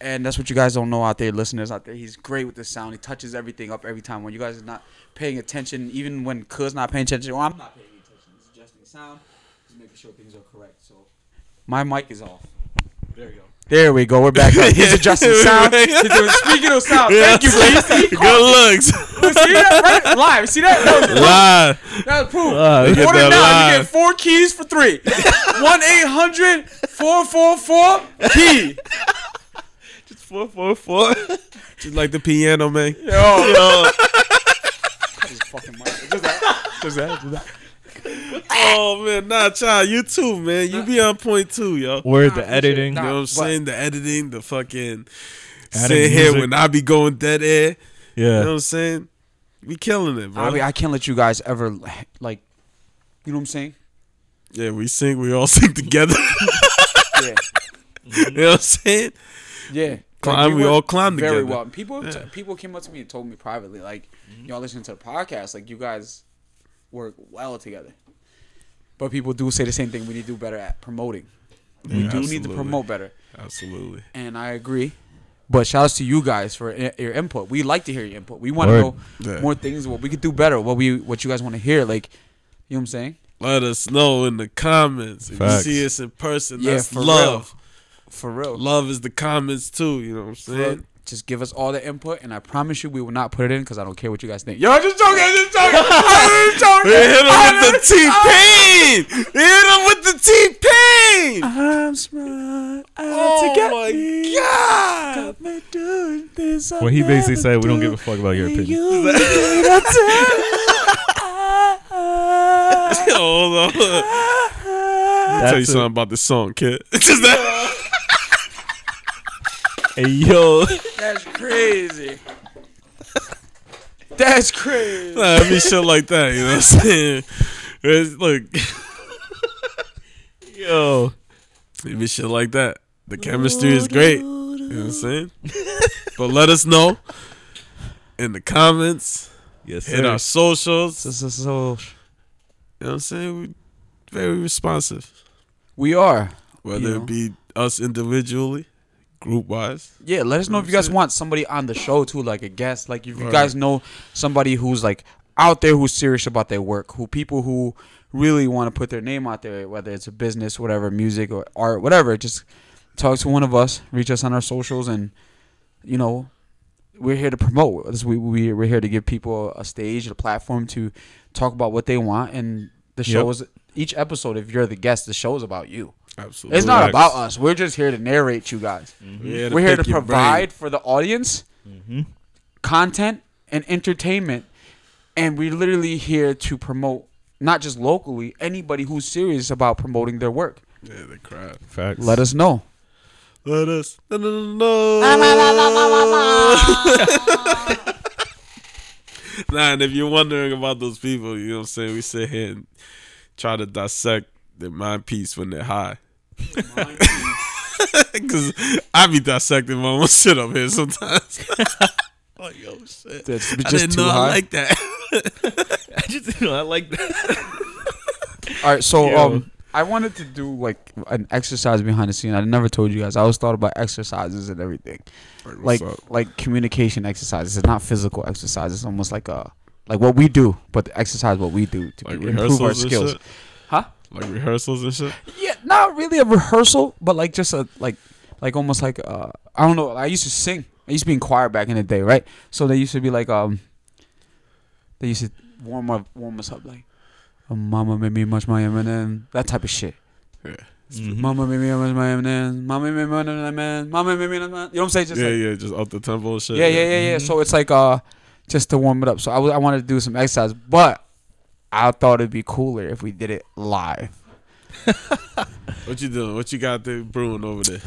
S3: and that's what you guys don't know out there, listeners out there. He's great with the sound. He touches everything up every time. When you guys are not paying attention, even when Cuz not paying attention, or I'm not paying attention, he's adjusting sound, he's making sure things are correct. So my mic is off. There you go. There we go. We're back up. He's adjusting sound. He's doing, speaking of sound, thank you, Casey.
S2: Good looks.
S3: See that right? live? See that? That was
S2: Live.
S3: That's proof.
S4: Ah,
S2: get
S3: Order
S2: Uh, that
S3: now. You
S2: live.
S3: get four keys for three. 1 800 444 key.
S4: Four four four.
S2: Just like the piano, man.
S3: Yo.
S4: Yo.
S3: Just fucking mic. Just that. Just that. Just that.
S2: Oh man, nah, child, you too, man. You be on point too, yo. You
S4: Word the editing.
S2: know what I'm
S3: But-
S2: saying? The editing, the fucking
S4: Adding
S2: sitting here
S4: music.
S2: when I be going dead air. You know what
S4: Yeah.
S2: I'm saying? We killing it, bro.
S3: I mean, I can't let you guys ever, like, you know what I'm saying?
S2: yeah, we sing, we all sing together.
S3: Yeah.
S2: you know what I'm saying?
S3: Yeah.
S2: Climb, we
S3: were
S2: all climbed
S3: very
S2: together. Mm-hmm.
S3: well. And People, t- people came up to me and told me privately, like, y'all listening to the podcast, like, you guys work well together. But people do say the same thing. We need to do better at promoting. We
S2: Yeah,
S3: do need to
S2: absolutely.
S3: promote better,
S2: Absolutely.
S3: and I agree. But shout outs to you guys for i- your input. We like to hear your input. We want to
S4: Word.
S3: know
S2: Yeah.
S3: more things. What we could do better. What we what you guys want to hear. Like you know what I'm saying.
S2: Let us know in the comments. If
S4: Facts.
S2: you see us in person,
S3: Yeah,
S2: that's
S3: for
S2: love.
S3: For real.
S2: Love is the comments too. You know what I'm
S3: For real.
S2: saying?
S3: Just give us all the input, and I promise you, we will not put it in because I don't care what you guys think. Yo, I'm just joking. I'm just joking. I'm just joking.
S2: We hit him
S3: I'm
S2: with the T pain. We hit him with the T pain.
S3: I'm smart. I
S2: Oh
S3: to get
S2: my
S3: me.
S2: god!
S3: Got me doing this.
S4: Well, he basically said we don't give a fuck about your opinion.
S3: opinion.
S2: Hold on. I'll tell you
S4: That's
S2: something about this song, kid. Just that.
S4: a, hey, yo.
S3: That's crazy. That's crazy.
S2: Nah, I mean shit like that. You know what I'm saying? It's, look,
S4: yo.
S2: it be shit like that. The chemistry is great. You know what I'm saying? but let us know in the comments.
S4: Yes,
S2: Hit our socials. You
S3: This is so.
S2: know what I'm saying? We're very responsive.
S3: We are.
S2: Whether
S3: Yeah.
S2: it be us individually, group wise.
S3: Yeah, let us know if you guys want somebody on the show too, like a guest. Like if you
S2: Right.
S3: guys know somebody who's like out there who's serious about their work, who people who really want to put their name out there, whether it's a business, whatever, music or art, whatever, just talk to one of us, reach us on our socials, and you know, we're here to promote. This- We we we're here to give people a stage, a platform to talk about what they want, and the show
S4: Yep.
S3: is each episode. If you're the guest, the show is about you.
S2: Absolutely.
S3: It's not
S4: Correct.
S3: about us. We're just here to narrate you guys. We're here to
S2: pick your
S3: provide for the audience
S2: Mm-hmm.
S3: content and entertainment. And we're literally here to promote not just locally, anybody who's serious about promoting their work.
S2: brain. Yeah, the crowd.
S4: Facts.
S3: Let us know.
S2: Let us. No, no, no, no. Nah, and if you're wondering about those people, you know what I'm saying? We sit here and try to dissect their mind piece when they're high. Because I be dissecting my own shit up here sometimes. like, yo, shit.
S3: That's
S2: I
S3: just
S2: didn't
S3: too
S2: know
S3: high.
S2: I like that.
S4: I just, you know, I like that.
S3: All right, so
S4: Yo.
S3: um, I wanted to do like an exercise behind the scene. I never told you guys. I always thought about exercises and everything, like like communication exercises. It's not physical exercise. It's almost like a like what we do, but the exercise what we do to
S2: Like
S3: improve our
S2: rehearsals and
S3: skills.
S2: shit?
S3: Huh?
S2: Like rehearsals and shit?
S3: Yeah, not really a rehearsal, but like just a like like almost like uh I don't know. I used to sing. I used to be in choir back in the day, right? So they used to be like um they used to warm up warm us up like oh, mama made me munch my M&M, that type of shit.
S2: Yeah.
S3: Mama made me munch my M&M, mama made me munch my M&M, mama made me munch my You know what I'm saying? Just
S2: yeah,
S3: like,
S2: yeah, just up the tempo and shit.
S3: yeah, yeah, yeah, yeah. So it's like uh, just to warm it up. So I was I wanted to do some exercise, but I thought it'd be cooler if we did it live.
S2: What you doing? What you got there brewing over there?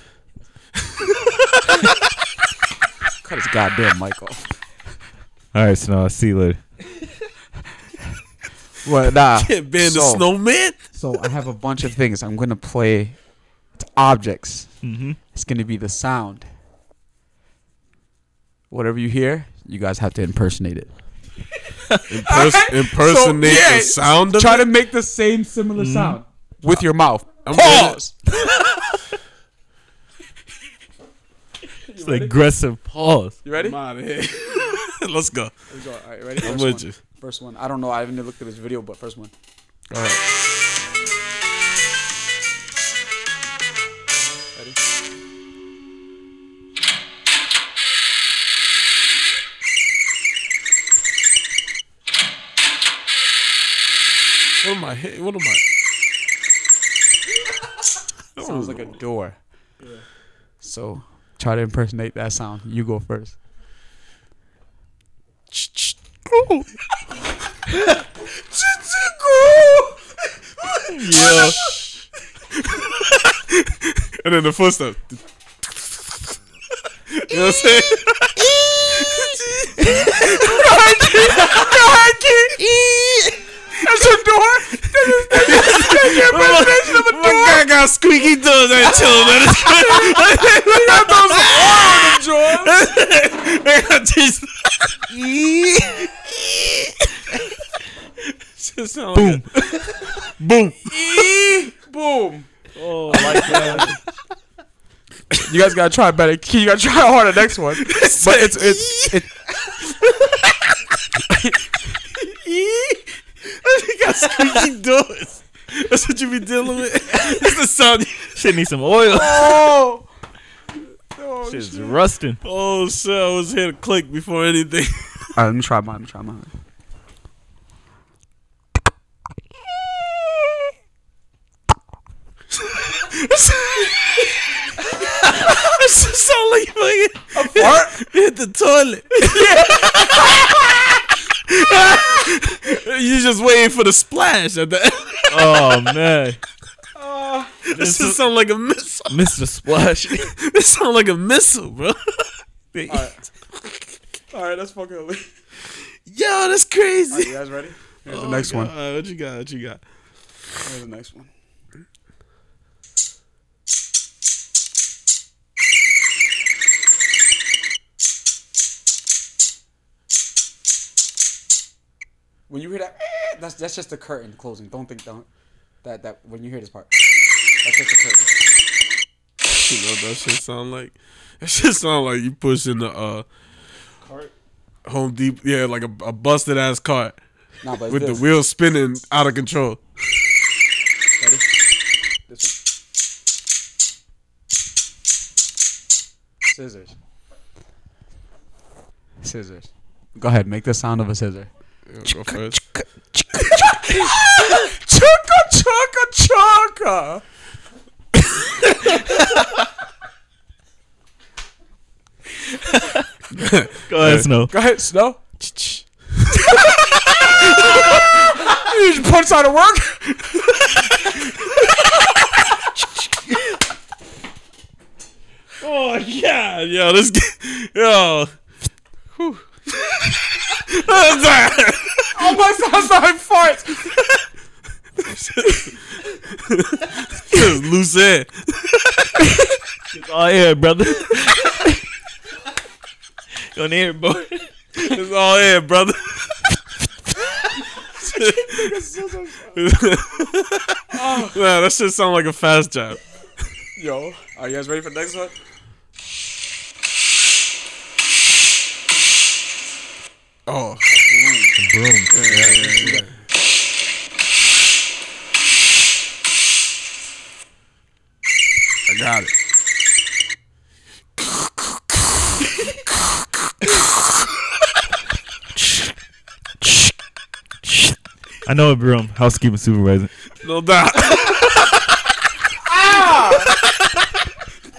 S3: Cut his goddamn mic off.
S4: All right, Snow. I'll see you later.
S3: Well, nah.
S2: Can't ban the
S3: So-
S2: snowman.
S3: So I have a bunch of things. I'm gonna play. It's objects.
S4: Mm-hmm.
S3: It's gonna be the sound. Whatever you hear, you guys have to impersonate it.
S2: Impers- impersonate
S3: So, yeah,
S2: the sound of
S3: Try
S2: it. Mm-hmm.
S3: to make the same similar sound with your mouth.
S2: I'm
S3: Pause.
S4: It's the aggressive pause.
S3: You ready?
S2: I'm out of here. Let's go.
S3: Let's go. All right, ready?
S2: I'm
S3: First
S2: with
S3: one.
S2: you.
S3: First one. I don't know. I haven't looked at this video, but first one.
S2: All right.
S3: Ready?
S2: What am I? hit- What am I? Oh.
S3: Sounds like a door. So try to impersonate that sound. You go first.
S2: Yeah. and then the footstep. you know what I'm saying?
S3: That's a door.
S2: My guy got squeaky doors. I chill, man. They got just. Boom. Boom.
S3: Boom.
S4: Oh, I like that.
S5: You guys gotta try better. You gotta try harder next one. But it's it's it,
S2: you got squeaky doors. That's what you be dealing with. It's the sound.
S4: Shit needs some oil.
S2: Oh,
S4: Shit's rusting.
S2: oh shit! I was here to click before anything.
S3: All right, let me try mine. Let me try mine.
S2: It sound like you fucking hit the toilet. you just waiting for the splash at the.
S4: Oh man,
S2: This just sound like a missile.
S4: Mr. Splash.
S2: This sound like a missile, bro.
S5: all right, that's fucking hilarious.
S2: Yo, that's crazy.
S5: You guys ready? Here's
S2: Oh
S5: the next
S2: my
S5: one.
S2: God. what you got? What you got?
S5: Here's the next one.
S3: When you hear that, eh, that's that's just the curtain closing. Don't think don't that that when you hear this part, that's just the curtain.
S2: You know what that shit sound like? That shit sound like you pushing the uh Home Depot, yeah, like a, a busted ass cart
S3: No, but it's
S2: with the
S3: this.
S2: wheels spinning out of control.
S3: Ready? This one. Scissors. Scissors. Go ahead, make the sound of a scissor.
S2: Yeah, go first.
S5: Chaka chaka chaka.
S4: Go ahead, Snow.
S5: Go ahead, Snow. you just punch out of work.
S2: Oh yeah, yo, this g- yo. Whew.
S5: Oh my sounds like farts.
S2: Just loose end.
S4: It's all air, brother. Don't air, boy.
S2: It's all in, brother. nah, that shit sound like a fast job.
S5: Yo, are you guys ready for the next one?
S2: Oh,
S4: Broom.
S2: I got it.
S4: I know a broom. Housekeeping supervisor.
S2: No doubt. Ah!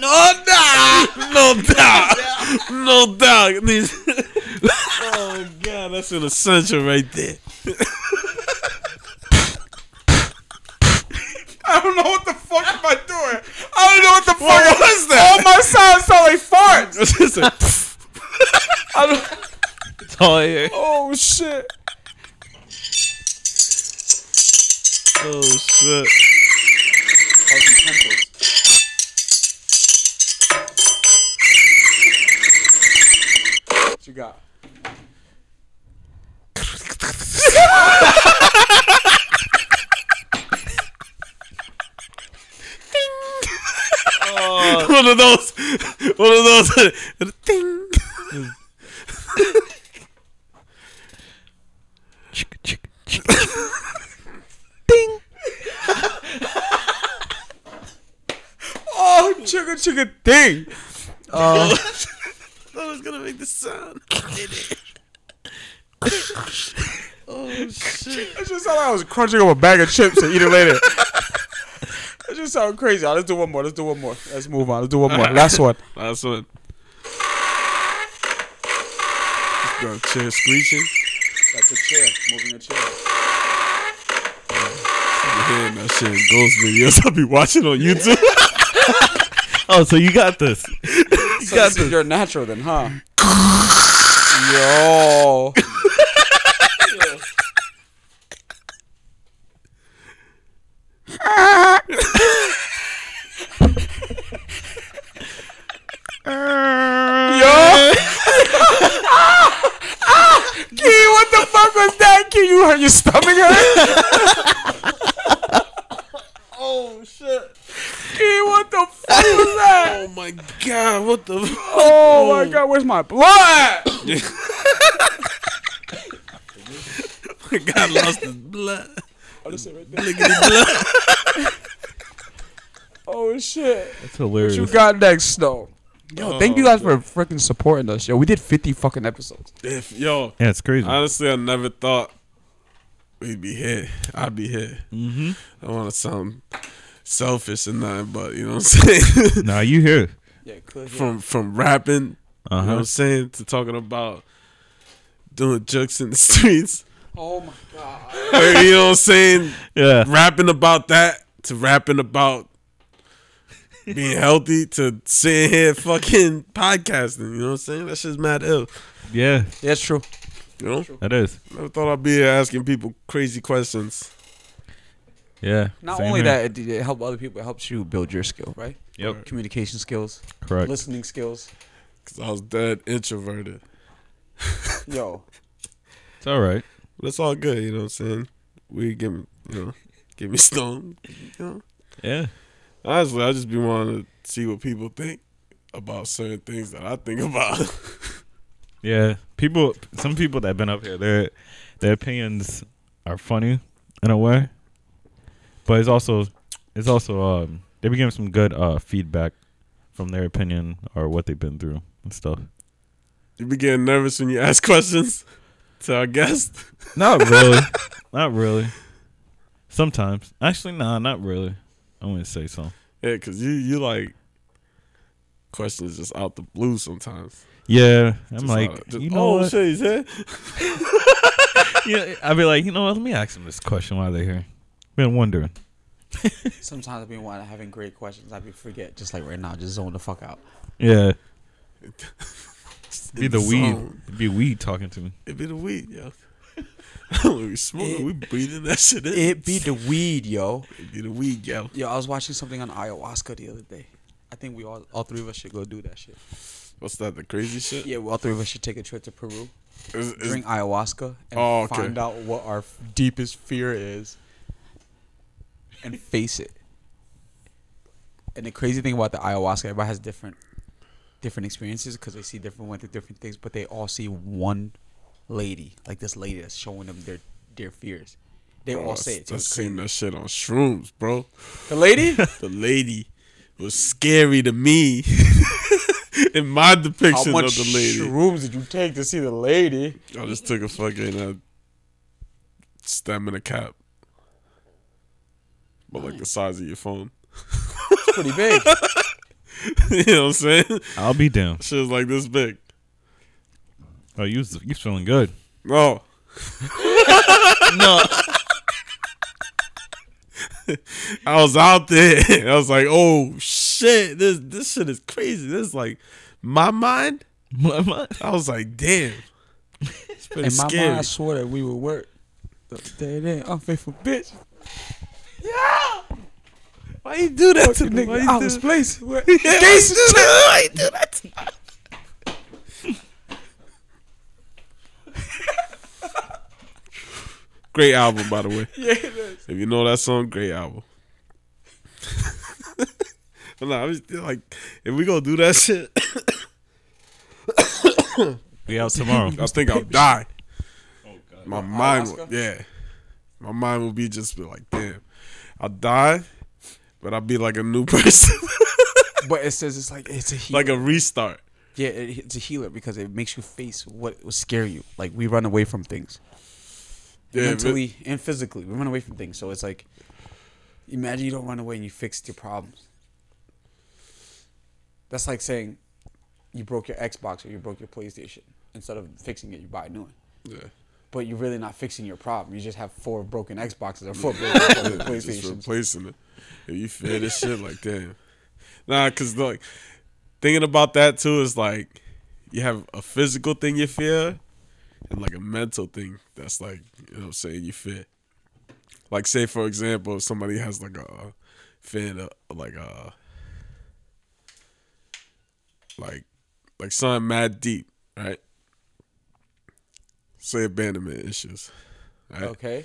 S2: No doubt. No doubt. No doubt. These- oh god, that's an essential right there.
S5: I don't know what the fuck am I doing. I don't know what the fuck Oh was that. All my sounds sound like farts.
S2: That's just a-
S5: I don't,
S4: It's all air.
S5: oh shit.
S2: oh shit.
S3: What you got?
S2: one of those. One of those. ding.
S5: Oh, chugga chugga thing.
S2: I was gonna make the sound.
S5: It just sounded like I was crunching up a bag of chips and eat it later. It just sounds crazy. All right, let's do one more. Let's do one more. Let's move on. Let's do one more. Last one.
S2: Last one. Go chair screeching.
S3: That's a chair. Moving a chair.
S2: I'm hearing that shit in ghost videos I be watching on YouTube.
S4: Oh, so you got this.
S3: So this is your natural then, huh?
S5: Yo. Yo. Key, what the fuck was that? Key, you hurt your stomach hurt?
S2: Oh
S3: Where's Oh my blood?
S2: God lost his blood.
S3: oh, this shit right there.
S2: blood.
S3: Oh shit.
S4: That's hilarious.
S3: What you got next, Snow? Yo, Oh, thank you guys for freaking supporting us. Yo, we did 50 fucking episodes.
S2: If, yo,
S4: yeah, it's crazy.
S2: honestly, I never thought we'd be here. I'd be here. Mm-hmm. I want to sound selfish and nothing, but you know what I'm saying.
S4: now you here.
S3: Yeah, clear.
S2: from from rapping, you know
S4: Uh-huh.
S2: what I'm saying, to talking about doing jokes in the streets.
S3: Oh my god.
S2: Or, you know what I'm saying?
S4: Yeah.
S2: Rapping about that to rapping about being healthy to sitting here fucking podcasting. You know what I'm saying? That shit's mad ill.
S4: Yeah,
S3: Yeah, it's true.
S2: You know?
S4: that is.
S2: Never thought I'd be here asking people crazy questions.
S4: Yeah.
S3: Not
S4: same
S3: only
S4: here.
S3: that, it, it helps other people. It helps you build your skill, right?
S4: Yep.
S3: Communication skills,
S4: Correct.
S3: listening skills.
S2: Cause I was dead introverted.
S3: Yo,
S4: It's all right.
S2: But it's all good, you know what I'm saying? We give me you know, give me stone. You know?
S4: Yeah.
S2: Honestly, I just be wanting to see what people think about certain things that I think about.
S4: Yeah. People. Some people that've been up here, their their opinions are funny in a way, but it's also it's also um they be giving some good uh feedback from their opinion or what they've been through and stuff.
S2: you be getting nervous when you ask questions to our guests.
S4: Not really. not really. Sometimes, actually, nah, not really. I wouldn't say so.
S2: Yeah, cause you you like questions just out the blue sometimes.
S4: Yeah, I'm
S2: Just
S4: like,
S2: out- just,
S4: you know
S2: oh
S4: what?
S2: shit, he's here.
S4: Yeah, I'd be like, you know what? Let me ask them this question while they're here. Been wondering.
S3: sometimes I've been wanting having great questions. I be forget, just like right now, just zone the fuck out.
S4: Yeah,
S2: Just
S4: be
S2: in
S4: the weed.
S2: zone.
S4: It'd Be weed talking to me.
S2: It be the weed, yo. we smoking, we breathing that shit in.
S3: It be the weed, yo.
S2: It be the weed, yo.
S3: Yo, I was watching something on ayahuasca the other day. I think we all, all three of us should go do that shit.
S2: What's that? The crazy shit.
S3: Yeah, well, all three of us should take a trip to Peru,
S2: Is- is-
S3: drink ayahuasca, and
S2: Oh, okay.
S3: find out what our f- deepest fear is, and face it. And the crazy thing about the ayahuasca, everybody has different, different experiences because they see different went through different things, but they all see one lady, like this lady that's showing them their their fears. They
S2: oh,
S3: all say it. too.
S2: I
S3: It's crazy.
S2: seen that shit on shrooms, bro.
S3: The lady.
S2: the lady was scary to me in my
S3: How
S2: depiction
S3: much
S2: of the lady.
S3: shrooms did you take to see the lady?
S2: I just took a fucking uh, stamina cap, but like the size of your phone.
S3: It's pretty big.
S2: you know what I'm saying?
S4: I'll be down.
S2: Shit was like this big.
S4: Oh, you was, you feeling good?
S2: No,
S4: no.
S2: I was out there. I was like, oh shit, this this shit is crazy. This is like my mind.
S4: My, my,
S2: I was like, damn. It's pretty
S3: And my
S2: scary.
S3: mom swore that we would work. They did unfaithful bitch.
S2: Why you do that to me? Why
S3: Nigga,
S2: you
S3: I
S2: do
S3: was placed. Where-
S2: Yeah, why you do that? Why you do that to me? Great album, by the way. Yeah, If you know that song, great album. but nah, I'm just like, if we gonna do that shit,
S4: we out tomorrow.
S2: I think I'll die. Oh, My mind, will,
S3: Alaska?
S2: yeah, my mind will be just be like, damn, I'll die, but I'll be like a new person,
S3: But it says it's like it's a healer.
S2: like a restart.
S3: yeah, it, it's a healer because it makes you face what will scare you. Like we run away from things
S2: Yeah, but-
S3: mentally and physically. We run away from things, so it's like imagine you don't run away and you fixed your problems. That's like saying you broke your Xbox or you broke your PlayStation. Instead of fixing it, you buy a new one.
S2: yeah.
S3: but you're really not fixing your problem. You just have four broken Xboxes or four broken
S2: just
S3: PlayStations.
S2: replacing it. If you feel this shit, like damn, nah, cause like thinking about that too is like you have a physical thing you fear and like a mental thing that's like you know what I'm saying you fear. Like say for example, if somebody has like a fan of like uh, a like like something mad deep, right? Say abandonment issues, right?
S3: Okay.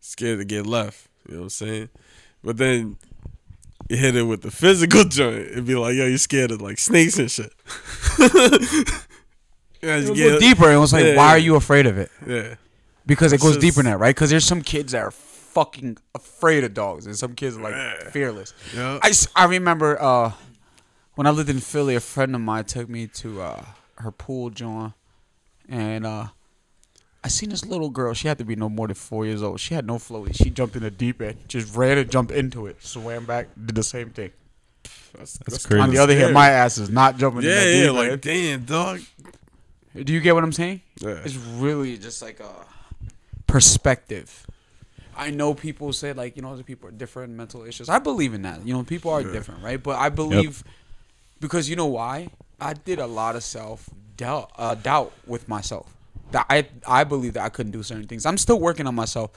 S2: scared to get left. You know what I'm saying? But then You hit it with the physical joint. It'd be like, yo, you scared of like snakes and shit. yeah,
S3: It
S2: you
S3: was
S2: get-
S3: deeper. It was like,
S2: Yeah,
S3: why
S2: yeah.
S3: are you afraid of it?
S2: yeah.
S3: Because it
S2: It's
S3: goes
S2: just-
S3: deeper than that, right? Because there's some kids that are fucking afraid of dogs, and some kids are like
S2: Yeah.
S3: fearless.
S2: Yeah.
S3: I, s- I remember uh, when I lived in Philly, a friend of mine took me to uh, her pool, John, and uh, I seen this little girl. She had to be no more than four years old. She had no floaties. She jumped in the deep end, just ran and jumped into it, swam back, did the same thing.
S2: That's,
S4: crazy.
S3: On the other hand, my ass is not jumping. in
S2: Yeah,
S3: that
S2: yeah,
S3: deep
S2: like
S3: end.
S2: damn dog.
S3: Do you get what I'm saying?
S2: Yeah.
S3: It's really just like a perspective. I know people say like you know other people are different mental issues. I believe in that. You know people are different, right? But I believe because you know why I did a lot of self doubt uh, doubt with myself. That I I believe that I couldn't do certain things. I'm still working on myself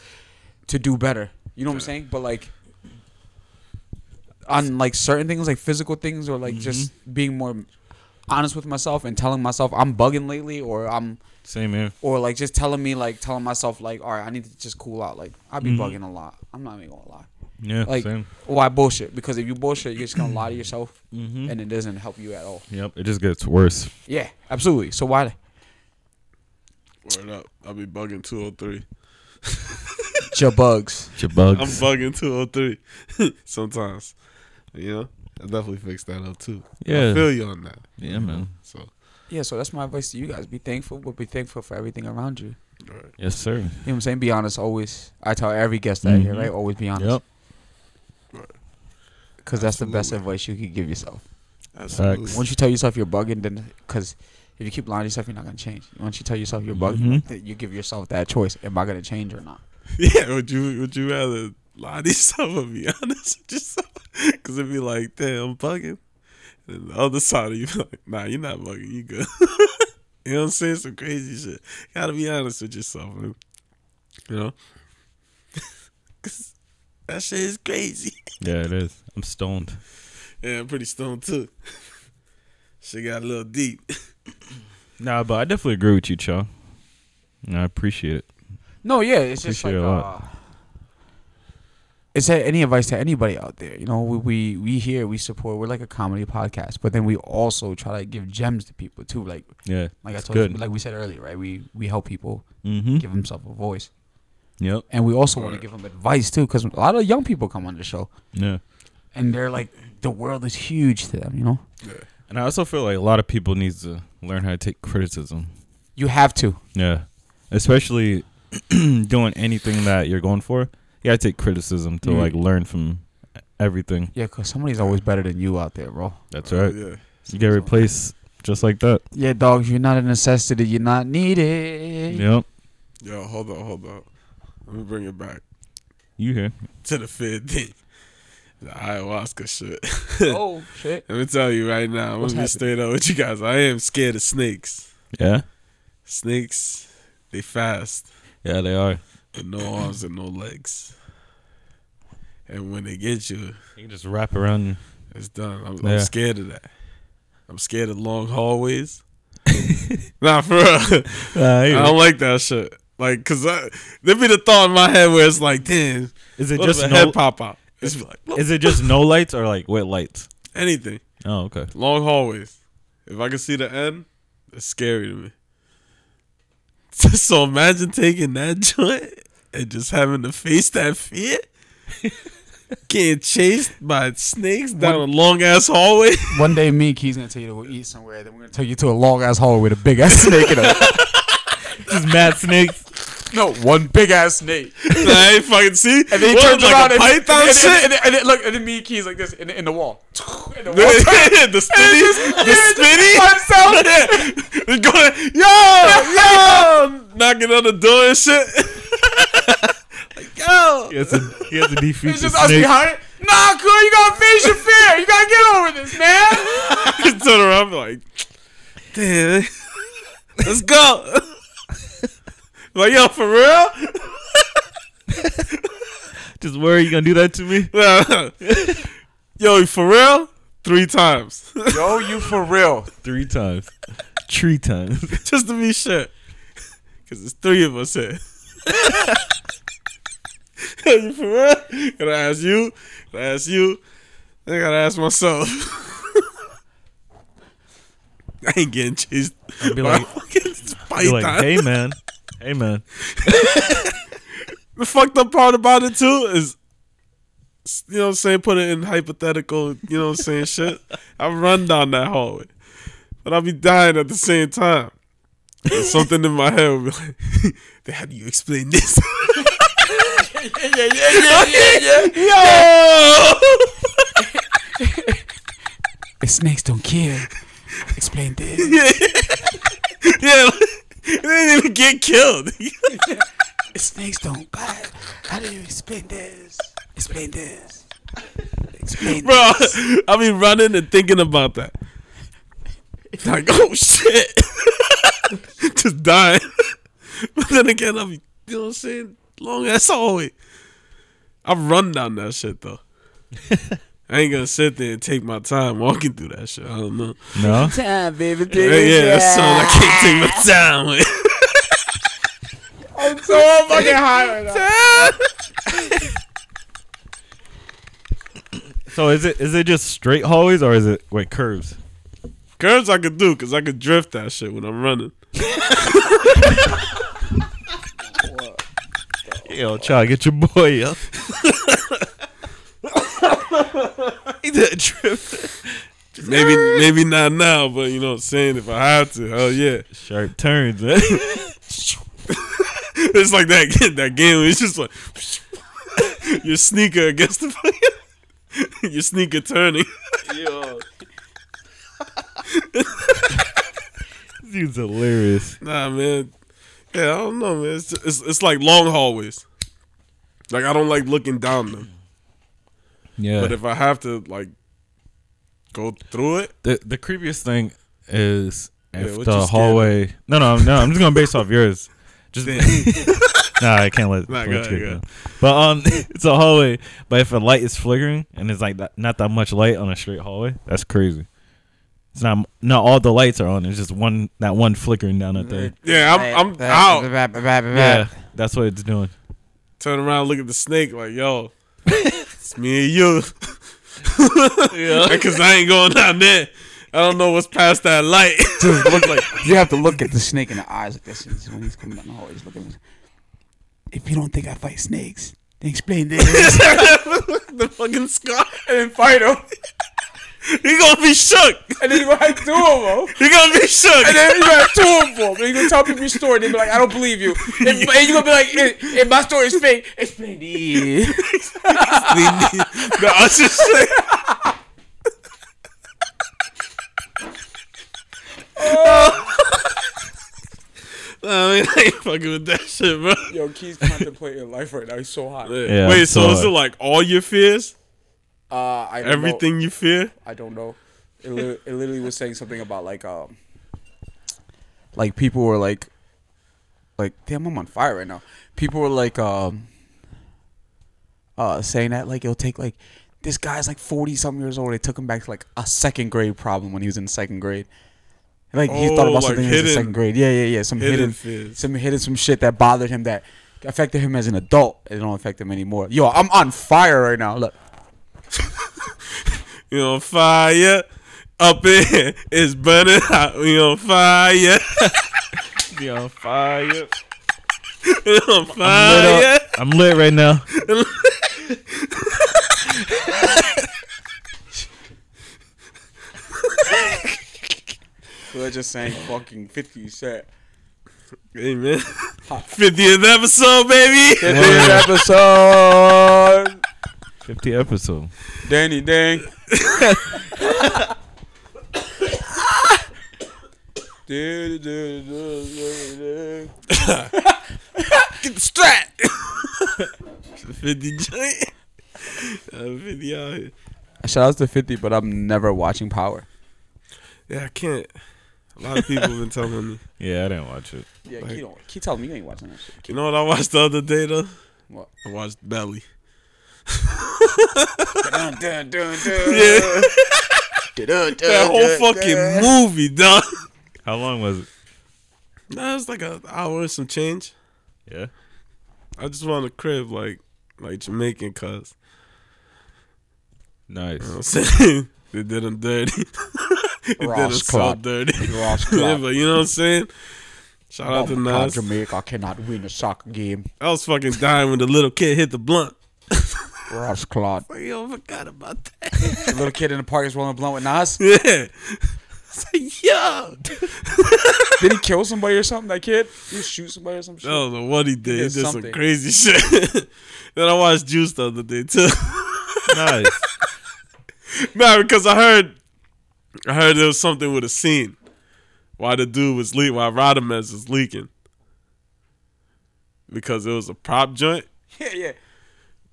S3: to do better. You know what I'm saying? But like on like certain things like physical things or like just being more honest with myself and telling myself I'm bugging lately or I'm
S4: Same here.
S3: or like just telling me like telling myself like all right I need to just cool out like I be bugging a lot I'm not even gonna lie
S4: Mm-hmm. Yeah.
S3: like
S4: same.
S3: why bullshit because if you bullshit you're just gonna lie to yourself
S4: Mm-hmm.
S3: and it doesn't help you at all
S4: Yep. It just gets worse.
S3: yeah absolutely so why
S2: Word up. I'll be bugging two oh three.
S3: your bugs
S4: Your
S2: I'm
S4: bugs.
S2: bugging two oh three sometimes. You know? I definitely fix that up too. I
S4: Yeah.
S2: feel you on that.
S4: yeah, man.
S2: So
S3: yeah so that's my advice to you guys be thankful but be thankful for everything around you you
S2: all right.
S4: Yes, sir.
S3: know what I'm saying be honest always I tell every guest that here
S4: Mhm.
S3: right always be honest
S4: Yep.
S3: because that's the best
S2: Absolutely.
S3: advice you could give yourself
S2: Absolutely.
S3: Once you tell yourself you're bugging, then because if you keep lying to yourself, you're not gonna change. Once you tell yourself you're bugging,
S4: Mhm.
S3: th- you give yourself that choice: Am I gonna change or not?
S2: Yeah, would you would you rather lie to yourself or be honest with yourself? Because it'd be like, damn, I'm bugging. And the other side of you be like, nah, you're not bugging, you good. you know what I'm saying? Some crazy shit. Gotta be honest with yourself, man. You know? 'Cause that shit is crazy.
S4: Yeah, it is. I'm stoned.
S2: Yeah, I'm pretty stoned too. shit got a little deep.
S4: Nah, but I definitely agree with you, Chuck. And I appreciate it.
S3: No, yeah, it's just
S4: Appreciate
S3: like.
S4: a
S3: Uh,
S4: lot.
S3: is there any advice to anybody out there? You know, we, we we here, we support. We're like a comedy podcast, but then we also try to give gems to people too. Like
S4: Yeah.
S3: like I
S4: it's
S3: told you,
S4: good.
S3: like we said earlier, right? We we help people
S4: mm-hmm.
S3: give themselves a voice,
S4: Yep.
S3: and we also want to
S2: Right.
S3: give them advice too, because a lot of young people come on the show,
S4: Yeah.
S3: and they're like, the world is huge to them. You know,
S4: And I also feel like a lot of people need to learn how to take criticism.
S3: you have to.
S4: Yeah. Especially doing anything that you're going for. You gotta take criticism to
S3: Mhm.
S4: like learn from everything.
S3: Yeah, because somebody's always better than you out there, bro.
S4: That's right.
S2: Yeah.
S4: You get replaced just like that.
S3: Yeah, dog, you're not a necessity. You're not needed.
S4: Yep.
S2: Yo, hold on, hold on. Let me bring it back
S4: You here.
S2: to the fifth thing. The ayahuasca shit.
S3: Oh, shit.
S2: Let me tell you right now, I'm
S3: What's
S2: gonna be
S3: happening?
S2: straight up with you guys. I am scared of snakes.
S4: Yeah?
S2: Snakes, they fast
S4: Yeah, they are.
S2: with no arms and no legs. And when they get you,
S4: You can just wrap around you.
S2: it's done. I'm, I'm
S4: Yeah.
S2: scared of that. I'm scared of long hallways. nah, for real.
S4: Uh,
S2: I don't like that shit. Like, cause I, there be the thought in my head where it's like, damn,
S4: is it
S2: what
S4: just
S2: if a
S4: no
S2: head pop out? It's like
S4: is it just no lights or like with lights?
S2: anything.
S4: Oh, okay.
S2: Long hallways. If I can see the end, it's scary to me. so imagine taking that joint and just having to face that fear. Getting chased by snakes down a long ass hallway.
S3: One day, me and Key's going to tell you to go eat somewhere. Then we're going to take you to a long ass hallway with a big ass snake in it.
S4: Just mad snakes.
S3: No, one big ass snake.
S2: I ain't fucking see.
S3: And then he
S2: What,
S3: turns
S2: like
S3: around
S2: a
S3: and,
S2: python
S3: and, and,
S2: shit.
S3: And, and, and, look, and then me and Key's like this in, the- in the wall. And the wall turns
S2: the spitty, the
S3: by
S2: spitty.
S3: itself.
S2: It's going, yo, yo, knocking on the door and shit. like, yo.
S4: He has to, he has to defeat
S3: It's just us behind it. Nah, cool, you got to face your fear. You got to get over this, man.
S2: I turn around, I'm like, damn, let's go. like, yo, for real?
S4: Just where are you gonna do that to me?
S2: Nah. yo, for real? Three times.
S3: Yo, you for real.
S4: Three times. Three times.
S2: Just to be sure. Because it's three of us here. you for real? Can I ask you? Can I ask you? I gotta ask myself. I ain't getting chased.
S4: I'd be
S2: by
S4: like-
S2: a fucking
S4: You're like,
S2: python.
S4: hey man, hey man.
S2: the fucked up part about it too is you know what I'm saying, put it in hypothetical, you know what I'm saying, shit. I run down that hallway. But I'll be dying at the same time. There's something in my head will be like, "Then how do you explain this?
S3: The snakes don't care. Explain this.
S2: yeah, they didn't even get killed.
S3: The snakes don't bite. How do you explain this? Explain this. Explain
S2: Bro, I be running and thinking about that. Like, oh shit. Just dying. but then again, I be, you know what I'm saying? Long ass hallway. I run down that shit though. I ain't gonna sit there and take my time walking through that shit. I don't know.
S4: No,
S3: Time, baby.
S2: Yeah, yeah, that's something I can't take my time with. I'm so fucking high right now.
S4: so is it is it just straight hallways or is it wait curves?
S2: Curves I could do because I could drift that shit when I'm running.
S4: Yo, child, get your boy up.
S2: He did trip. maybe maybe not now, but you know what I'm saying? If I had to, hell yeah.
S4: Sharp turns. Eh?
S2: It's like that game, that game where it's just like your sneaker against the your sneaker turning.
S4: Dude's hilarious.
S2: Nah, man. Yeah, I don't know, man. It's, just, it's it's like long hallways. Like I don't like looking down them,
S4: Yeah.
S2: but if I have to like go through it,
S4: the the creepiest thing is if
S2: what you
S4: the
S2: scared
S4: hallway. No, no, no. I'm just gonna base off yours. Just nah, I can't let.
S2: Nah,
S4: let
S2: go
S4: me
S2: ahead,
S4: take
S2: go
S4: it.
S2: ahead.
S4: But um, it's a hallway. But if a light is flickering and it's like that, not that much light on a straight hallway, that's crazy. It's not not all the lights are on. It's just one that one flickering down that thing.
S2: yeah, I'm I'm out.
S4: Yeah, that's what it's doing.
S2: Turn around, look at the snake, like yo, it's me and you. Because I ain't going down there. I don't know what's past that light.
S6: you have to look at
S3: The snake in the eyes like this. is When he's coming down the hallway, he's looking. If you don't think I fight snakes, then explain this.
S2: the fucking scar and fight him. he gonna be shook.
S7: And then you ride through them, bro.
S2: He gonna be shook.
S7: And then you ride through them, bro. And you gonna tell people your story. And they be like, I don't believe you. And, and you gonna be like, if, if my story is fake, explain this.
S2: the usher shit. I mean, I ain't fucking with that shit, bro.
S7: Yo, Key's contemplating life right now. He's so hot.
S4: Yeah,
S2: Wait, so,
S4: so,
S2: is it
S4: uh,
S2: like all your fears?
S7: Uh, I don't know.
S2: Everything you fear?
S7: I don't know. It, li- it literally was saying something about like um, like people were like,
S3: like, damn, I'm on fire right now. People were like, um, uh, saying that like it'll take like this guy's like 40 something years old. They took him back to like a second grade problem when he was in second grade. Like he thought
S2: Oh,
S3: about
S2: like
S3: something when he was in
S2: hidden-
S3: second grade. Yeah, yeah, yeah. Some
S2: hidden
S3: hidden,
S2: fears.
S3: some hidden some shit that bothered him that affected him as an adult. It don't affect him anymore. Yo, I'm on fire right now. Look,
S2: You know, fire up in here. It's burning hot. We on fire.
S4: Be on fire.
S2: We on
S4: Lit
S2: fire.
S4: up. I'm lit right now.
S3: we're just saying fucking 50 cent.
S2: Hey, man. 50th episode, baby.
S3: episode,
S4: 50 episode.
S3: Danny Dang.
S2: Get the strap. 50 joint. Uh, 50 out here.
S3: Shout out to 50, but I'm never watching Power.
S2: Yeah, I can't. A lot of people have been telling me.
S4: Yeah, I didn't watch it.
S3: Yeah, Key, don't, Key tell me you ain't watching that shit.
S2: You know what I watched the other day, though?
S3: What?
S2: I watched Belly.
S3: dun, dun, dun,
S2: Yeah,
S3: dun,
S2: that whole fucking movie, dog.
S4: How long was it?
S2: Nah, it's like an hour and some change.
S4: Yeah.
S2: I just want a crib like like Jamaican cuz.
S4: Nice.
S2: I'm saying? They did him dirty. they did him
S8: Ross
S2: so
S8: Clark.
S2: dirty.
S8: Ross
S2: yeah,
S8: Clark.
S2: but you know what I'm saying? Shout out to
S8: Oh my God,
S2: Nas.
S8: Jamaica cannot win a soccer game.
S2: I was fucking dying when the little kid hit the blunt.
S8: Ross Claude.
S2: Like, yo, I forgot about that.
S3: The little kid in the park is rolling a blunt with Nas.
S2: Yeah. It's like, yo.
S3: Did he kill somebody or something? That kid? Did he shoot somebody or some
S2: I
S3: shit?
S2: don't know what he did. He did
S3: did
S2: some
S3: something.
S2: crazy shit. then I watched Juice the other day, too.
S4: nice.
S2: nah, because I heard, I heard there was something with a scene. Why the dude was leaking, why Rodamez was leaking. Because it was a prop joint.
S3: Yeah, yeah.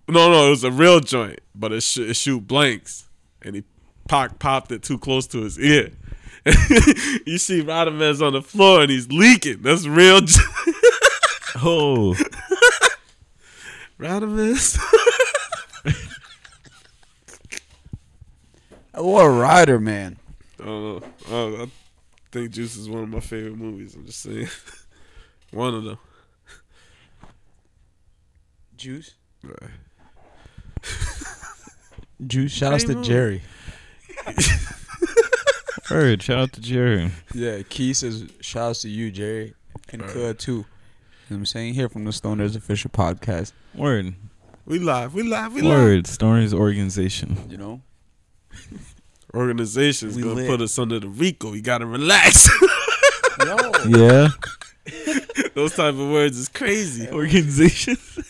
S2: No, no, it was a real joint, but it, sh- it shoot blanks, and he Pac popped it too close to his ear. you see Rodamez on the floor, and he's leaking. That's real. J-
S4: Oh,
S2: Rodamez.
S8: What a rider, man.
S2: I don't know. I, don't know. I think Juice is one of my favorite movies. I'm just saying, one of them.
S3: Juice.
S2: Right.
S3: Juice. Shout outs to Jerry.
S4: word. Shout out to Jerry.
S3: Yeah, Key says shout outs to you, Jerry, and
S2: Alright.
S3: Kud too. You know what I'm saying here from the Stoners official podcast.
S4: Word.
S2: We live. We live. We live.
S4: Word. Stoners organization.
S3: You know,
S2: Organization's
S3: We
S2: gonna
S3: lit.
S2: put us under the Rico. You gotta relax.
S3: yo,
S4: Yeah.
S2: Those type of words is crazy.
S4: organization.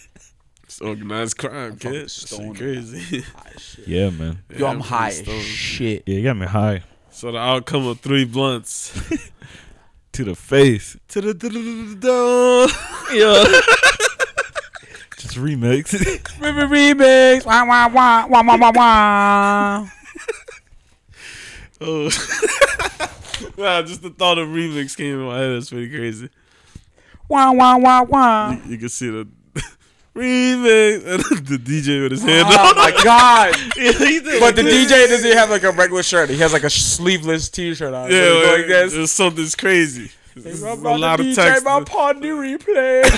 S2: It's organized crime,
S3: fucking
S2: kid. Shit
S3: stoned.
S2: Crazy.
S4: Yeah, man.
S2: Yeah,
S8: Yo, I'm
S2: pretty
S8: high as
S2: stoned.
S8: shit.
S4: Yeah, you got me high
S2: So the outcome of three blunts.
S4: to the face.
S2: to the to the- to the- to the-
S4: Yeah. Just remix.
S3: River remix. Wah wah wah wah wah wah wah.
S2: Oh. nah, just the thought of remix came in my head. That's pretty crazy.
S3: Wah wah wah wah.
S2: You can see the remix and the DJ with his hand
S3: Oh
S2: up.
S3: my god! but the DJ doesn't have like a regular shirt. He has like a sleeveless T-shirt on.
S2: Yeah,
S3: so
S2: like,
S3: like this.
S2: there's something's crazy. There's a lot of
S3: DJ
S2: text.
S3: my party replay.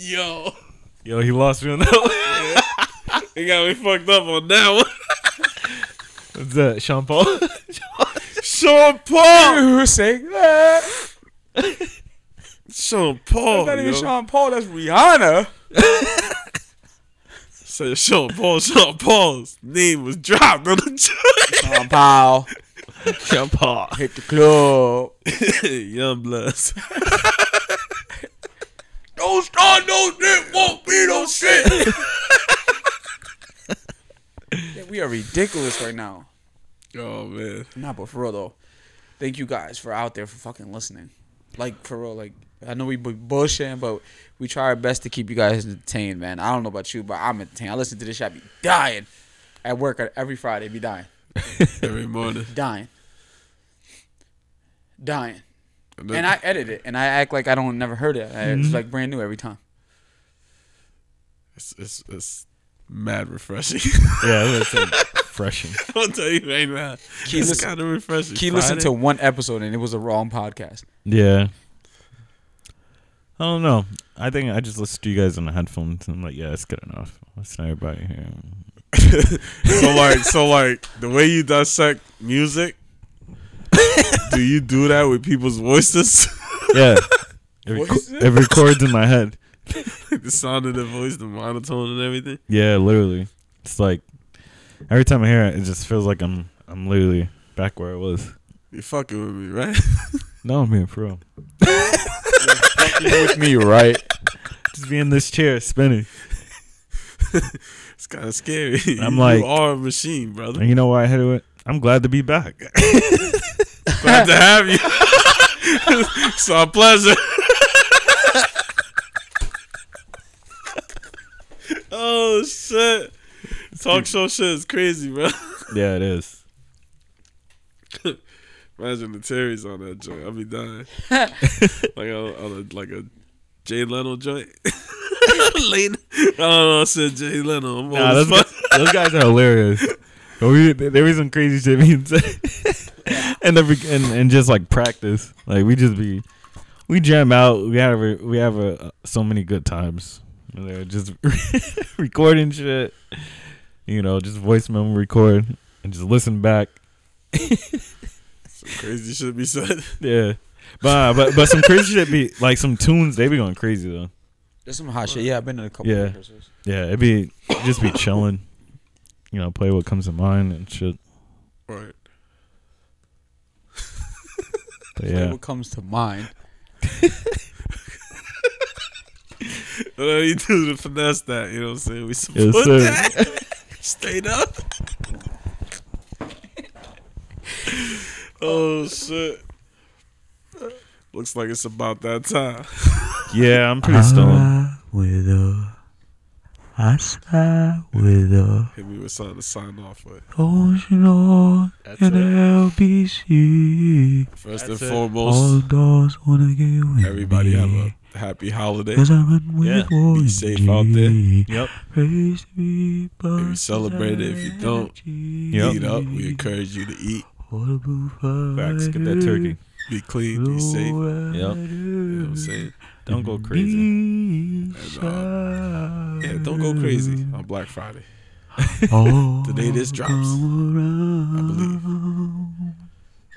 S2: Yo,
S4: Yo, he lost me on that one.
S2: they got me fucked up on that one.
S4: What's that? Sean Paul?
S2: Sean Paul,
S3: Who sang that?
S2: Sean Paul,
S3: Not
S2: Oh, yo.
S3: even Sean Paul. That's Rihanna.
S2: Say Sean Paul, Sean Paul's name was dropped on the joint.
S3: Sean Paul
S2: Sean Paul,
S3: hit the club.
S2: Young Bloods.
S3: Don't start no shit. Won't be no shit. yeah, we are ridiculous right now.
S2: Oh man.
S3: Nah, but for real though, thank you guys for out there for fucking listening. Like for real, like I know we be bullshitting, but we try our best to keep you guys entertained, man. I don't know about you, but I'm entertained. I listen to this shit, I be dying at work uh, every Friday, be dying,
S2: Every morning.
S3: dying, dying. And I edit it, and I act like I don't never heard it. I- It's like brand new every time.
S2: It's, it's, it's mad refreshing.
S4: yeah, that's refreshing.
S2: I'll tell you right now.
S3: Key
S2: it's
S3: listen-
S2: kind of refreshing.
S3: Key listened to
S2: Friday.
S3: one episode, and it was a wrong podcast.
S4: Yeah. I don't know. I think I just listened to you guys on the headphones and I'm like, yeah, that's good enough. Listen to everybody here.
S2: so like so like the way you dissect music. do you do that with people's voices?
S4: Yeah. Every,
S3: Voices?
S4: co- every chord's in my head.
S2: the sound of their voice, the monotone, and everything.
S4: Yeah, literally. It's like every time I hear it, it just feels like I'm I'm literally back where I was.
S2: You fucking with me, right?
S4: No, I'm here for real.
S8: with me, right?
S4: Just be in this chair spinning.
S2: It's kind of scary.
S4: I'm
S2: You
S4: like-
S2: are a machine, brother.
S4: And you know why I hit it? I'm glad to be back.
S2: Glad to have you. it's our pleasure. oh shit! Talk show shit is crazy, bro.
S4: yeah, it is.
S2: Imagine the Terry's on that joint. I'll be dying. like on, on a like a Jay Leno joint. Lane. I don't know. I said Jay Leno. I'm
S4: Nah,
S2: old as
S4: those,
S2: fuck.
S4: guys, those guys are hilarious. But we- there was some crazy shit being said, and every and, and just like practice, like we just be, we jam out. We have a, we have a, so many uh, good times. They're just recording shit. You know, just voice memo record and just listen back.
S2: Some crazy shit be said.
S4: Yeah. But but but some crazy shit be like some tunes they be going crazy though.
S5: There's some hot shit. Yeah, I've been in a couple.
S4: Yeah.
S5: rehearsals.
S4: Yeah, it be just be chilling. You know, play what comes to mind and shit.
S2: Right.
S4: But
S5: Like,
S4: yeah.
S5: What comes to mind?
S2: What do you do to finesse that? You know what I'm saying? We support
S4: Yes, sir.
S2: that. Straight up. oh shit. Looks like it's about that time.
S4: Yeah, I'm pretty stoned.
S5: With a hasta with a
S2: Hit me with something to sign off with.
S5: ocean
S2: That's
S5: and
S2: it.
S5: LBC.
S2: First
S4: That's
S2: and
S4: it.
S5: All
S2: foremost,
S5: dogs wanna get with
S2: everybody have
S5: me.
S2: a happy holiday.
S5: Cause I run with
S4: Yeah.
S5: Warren
S2: safe out there.
S5: G.
S4: Yep.
S5: Praise be,
S2: If you celebrate it, if you don't,
S4: Yep.
S2: Eat up. We encourage you to eat.
S4: Facts, get that turkey.
S2: Be clean. Be safe. You know
S4: Yep.
S2: what I'm saying?
S4: Don't go crazy.
S2: And, uh, yeah, don't go crazy on Black Friday. The day this drops, I believe.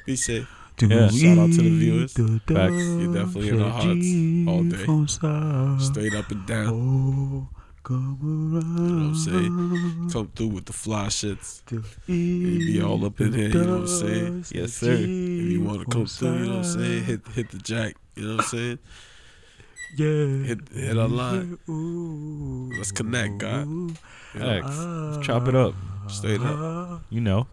S2: Be safe.
S4: Yeah.
S2: Shout out to the viewers.
S4: Facts.
S2: You're definitely in our hearts all day. Straight up and down. You know what I'm saying? Come through with the fly shits. You be all up in here. You know what I'm saying?
S4: Yes, sir.
S2: If you want to come through, you know what I'm saying? Hit, hit the jack. You know what I'm saying? Yeah. Hit, hit our line. Let's connect, God. Ah,
S4: Facts. Chop it up.
S2: Straight up.
S4: You know.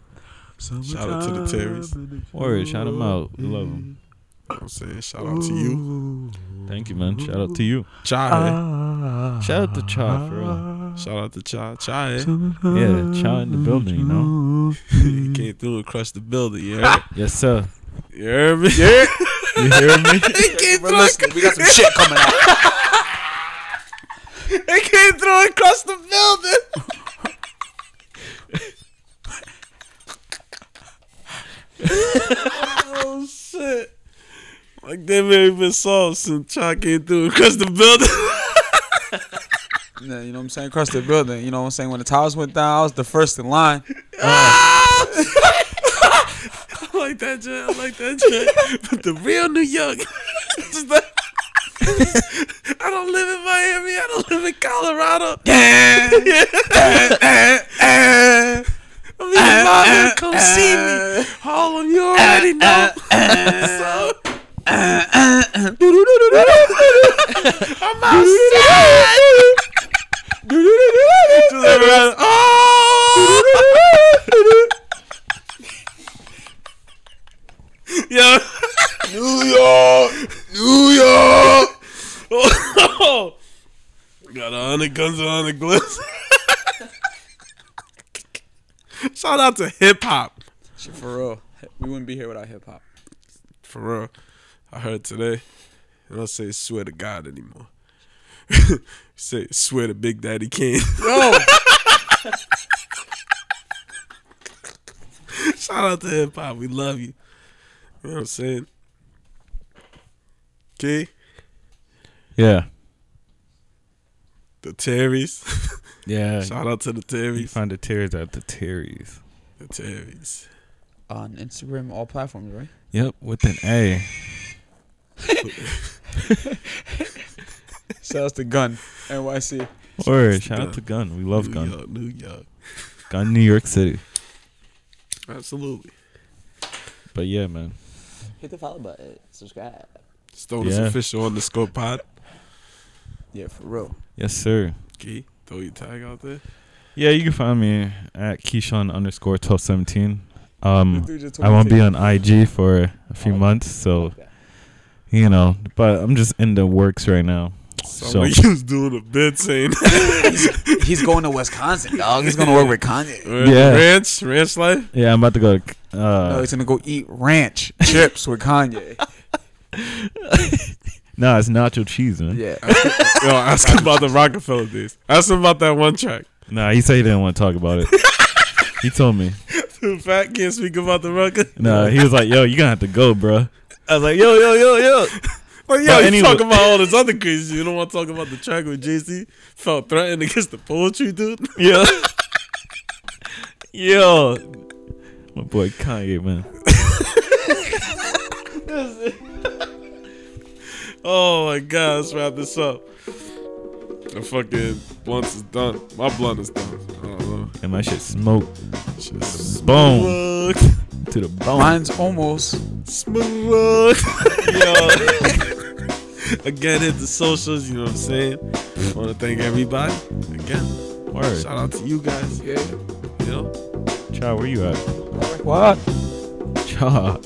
S2: Shout out to the terrorists. You know
S4: Warrior, shout them out. We love them.
S2: what I'm saying? Shout out to you.
S4: Thank you, man. Shout out to you.
S2: Chai.
S4: Shout out to Cha, for
S2: Shout out to Chai. Chai.
S4: real. Yeah, Cha in the building, you know?
S2: He came through and crushed the building. You heard,
S4: Yes, sir.
S2: you heard me? Yeah.
S4: You hear me?
S5: But listen, we got some shit coming out.
S2: He came through and crushed the building. oh, shit. Like, they made me sauce and Chai came through and crushed the building.
S5: Yeah, you know what I'm saying? Across the building. You know what I'm saying? When the towers went down, I was the first in line.
S2: I like that shit. I like that shit. But the real New York. is not- I don't live in Miami. I don't live in Colorado. Yeah. I'm in Miami. Come see me. Harlem, you already know. So- I'm outside. Just everybody, Oh! Yo. New York. New York. Got a hundred guns and a hundred glyphs. Shout out to hip hop.
S5: Shit, for real. We wouldn't be here without hip hop.
S2: For real. I heard today. I don't say swear to God anymore. say swear to Big Daddy Kane.
S5: Yo!
S2: Shout out to hip hop. We love you. You know what I'm saying? Okay.
S4: Yeah.
S2: The Terrys.
S4: Yeah.
S2: Shout out to the
S4: You
S2: Terrys.
S4: find the tears at the Terry's.
S2: The Terrys.
S5: On Instagram, all platforms, right?
S4: Yep, with an A.
S5: Shout out to Gun, NYC.
S4: Or shout out to Gun. We love
S2: New
S4: Gun.
S2: York, New York.
S4: Gun, New York City.
S2: Absolutely.
S4: But yeah, man.
S9: Hit the follow button. Subscribe.
S2: Stoners
S4: Yeah.
S2: official underscore pod.
S5: Yeah, for real.
S4: Yes, sir.
S2: Key, throw your tag out there.
S4: Yeah, you can find me at Keyshawn underscore twelve seventeen.
S5: The
S4: Um,
S5: dude just told
S4: I
S5: me
S4: won't
S5: to
S4: be on IG for a few months, so you know. But I'm just in the works right now. So
S2: Somebody was doing a bit saying
S5: take- He's going to Wisconsin, dog. He's going to work with Kanye.
S4: Yeah.
S2: ranch, ranch life.
S4: yeah, I'm about to go. To,
S5: No,
S3: Oh,
S4: uh,
S5: he's going to go eat ranch chips with Kanye.
S4: no, it's nacho cheese, man.
S5: Yeah.
S2: Yo, ask him about the Rockefeller days. Ask him about that one track.
S4: Nah, he said he didn't want to talk about it. he told me.
S2: Too fat can't speak about the ruckus.
S4: Nah, he was like, "Yo, you gonna have to go, bro." I was like, "Yo, yo, yo, yo."
S2: Like, yo,
S4: But
S2: you
S4: anyway-
S2: talk about all this other crazy. You don't want to talk about the track with Jay Z felt threatened against the poetry dude.
S4: Yeah. Yo. My boy Kanye, man.
S2: Oh my god, let's wrap this up. The fucking blunts is done. My blunt is done. I don't know.
S4: And my shit smoked. Boom.
S2: Smoked.
S4: To the bone.
S5: Mine's almost.
S2: Smooth. Yo. Again, hit the socials, you know what I'm saying? want to thank everybody. Again,
S4: Word.
S2: shout out to you guys. Yeah. You know?
S4: Cha, where you at? What? Cha.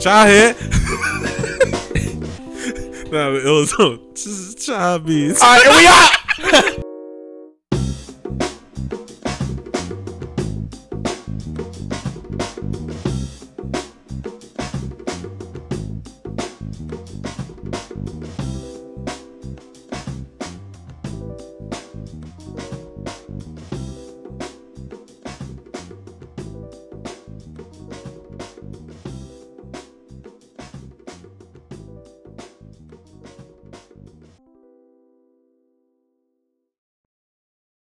S2: Try here. nah, but it was on. Just try me.
S10: All right, and we out.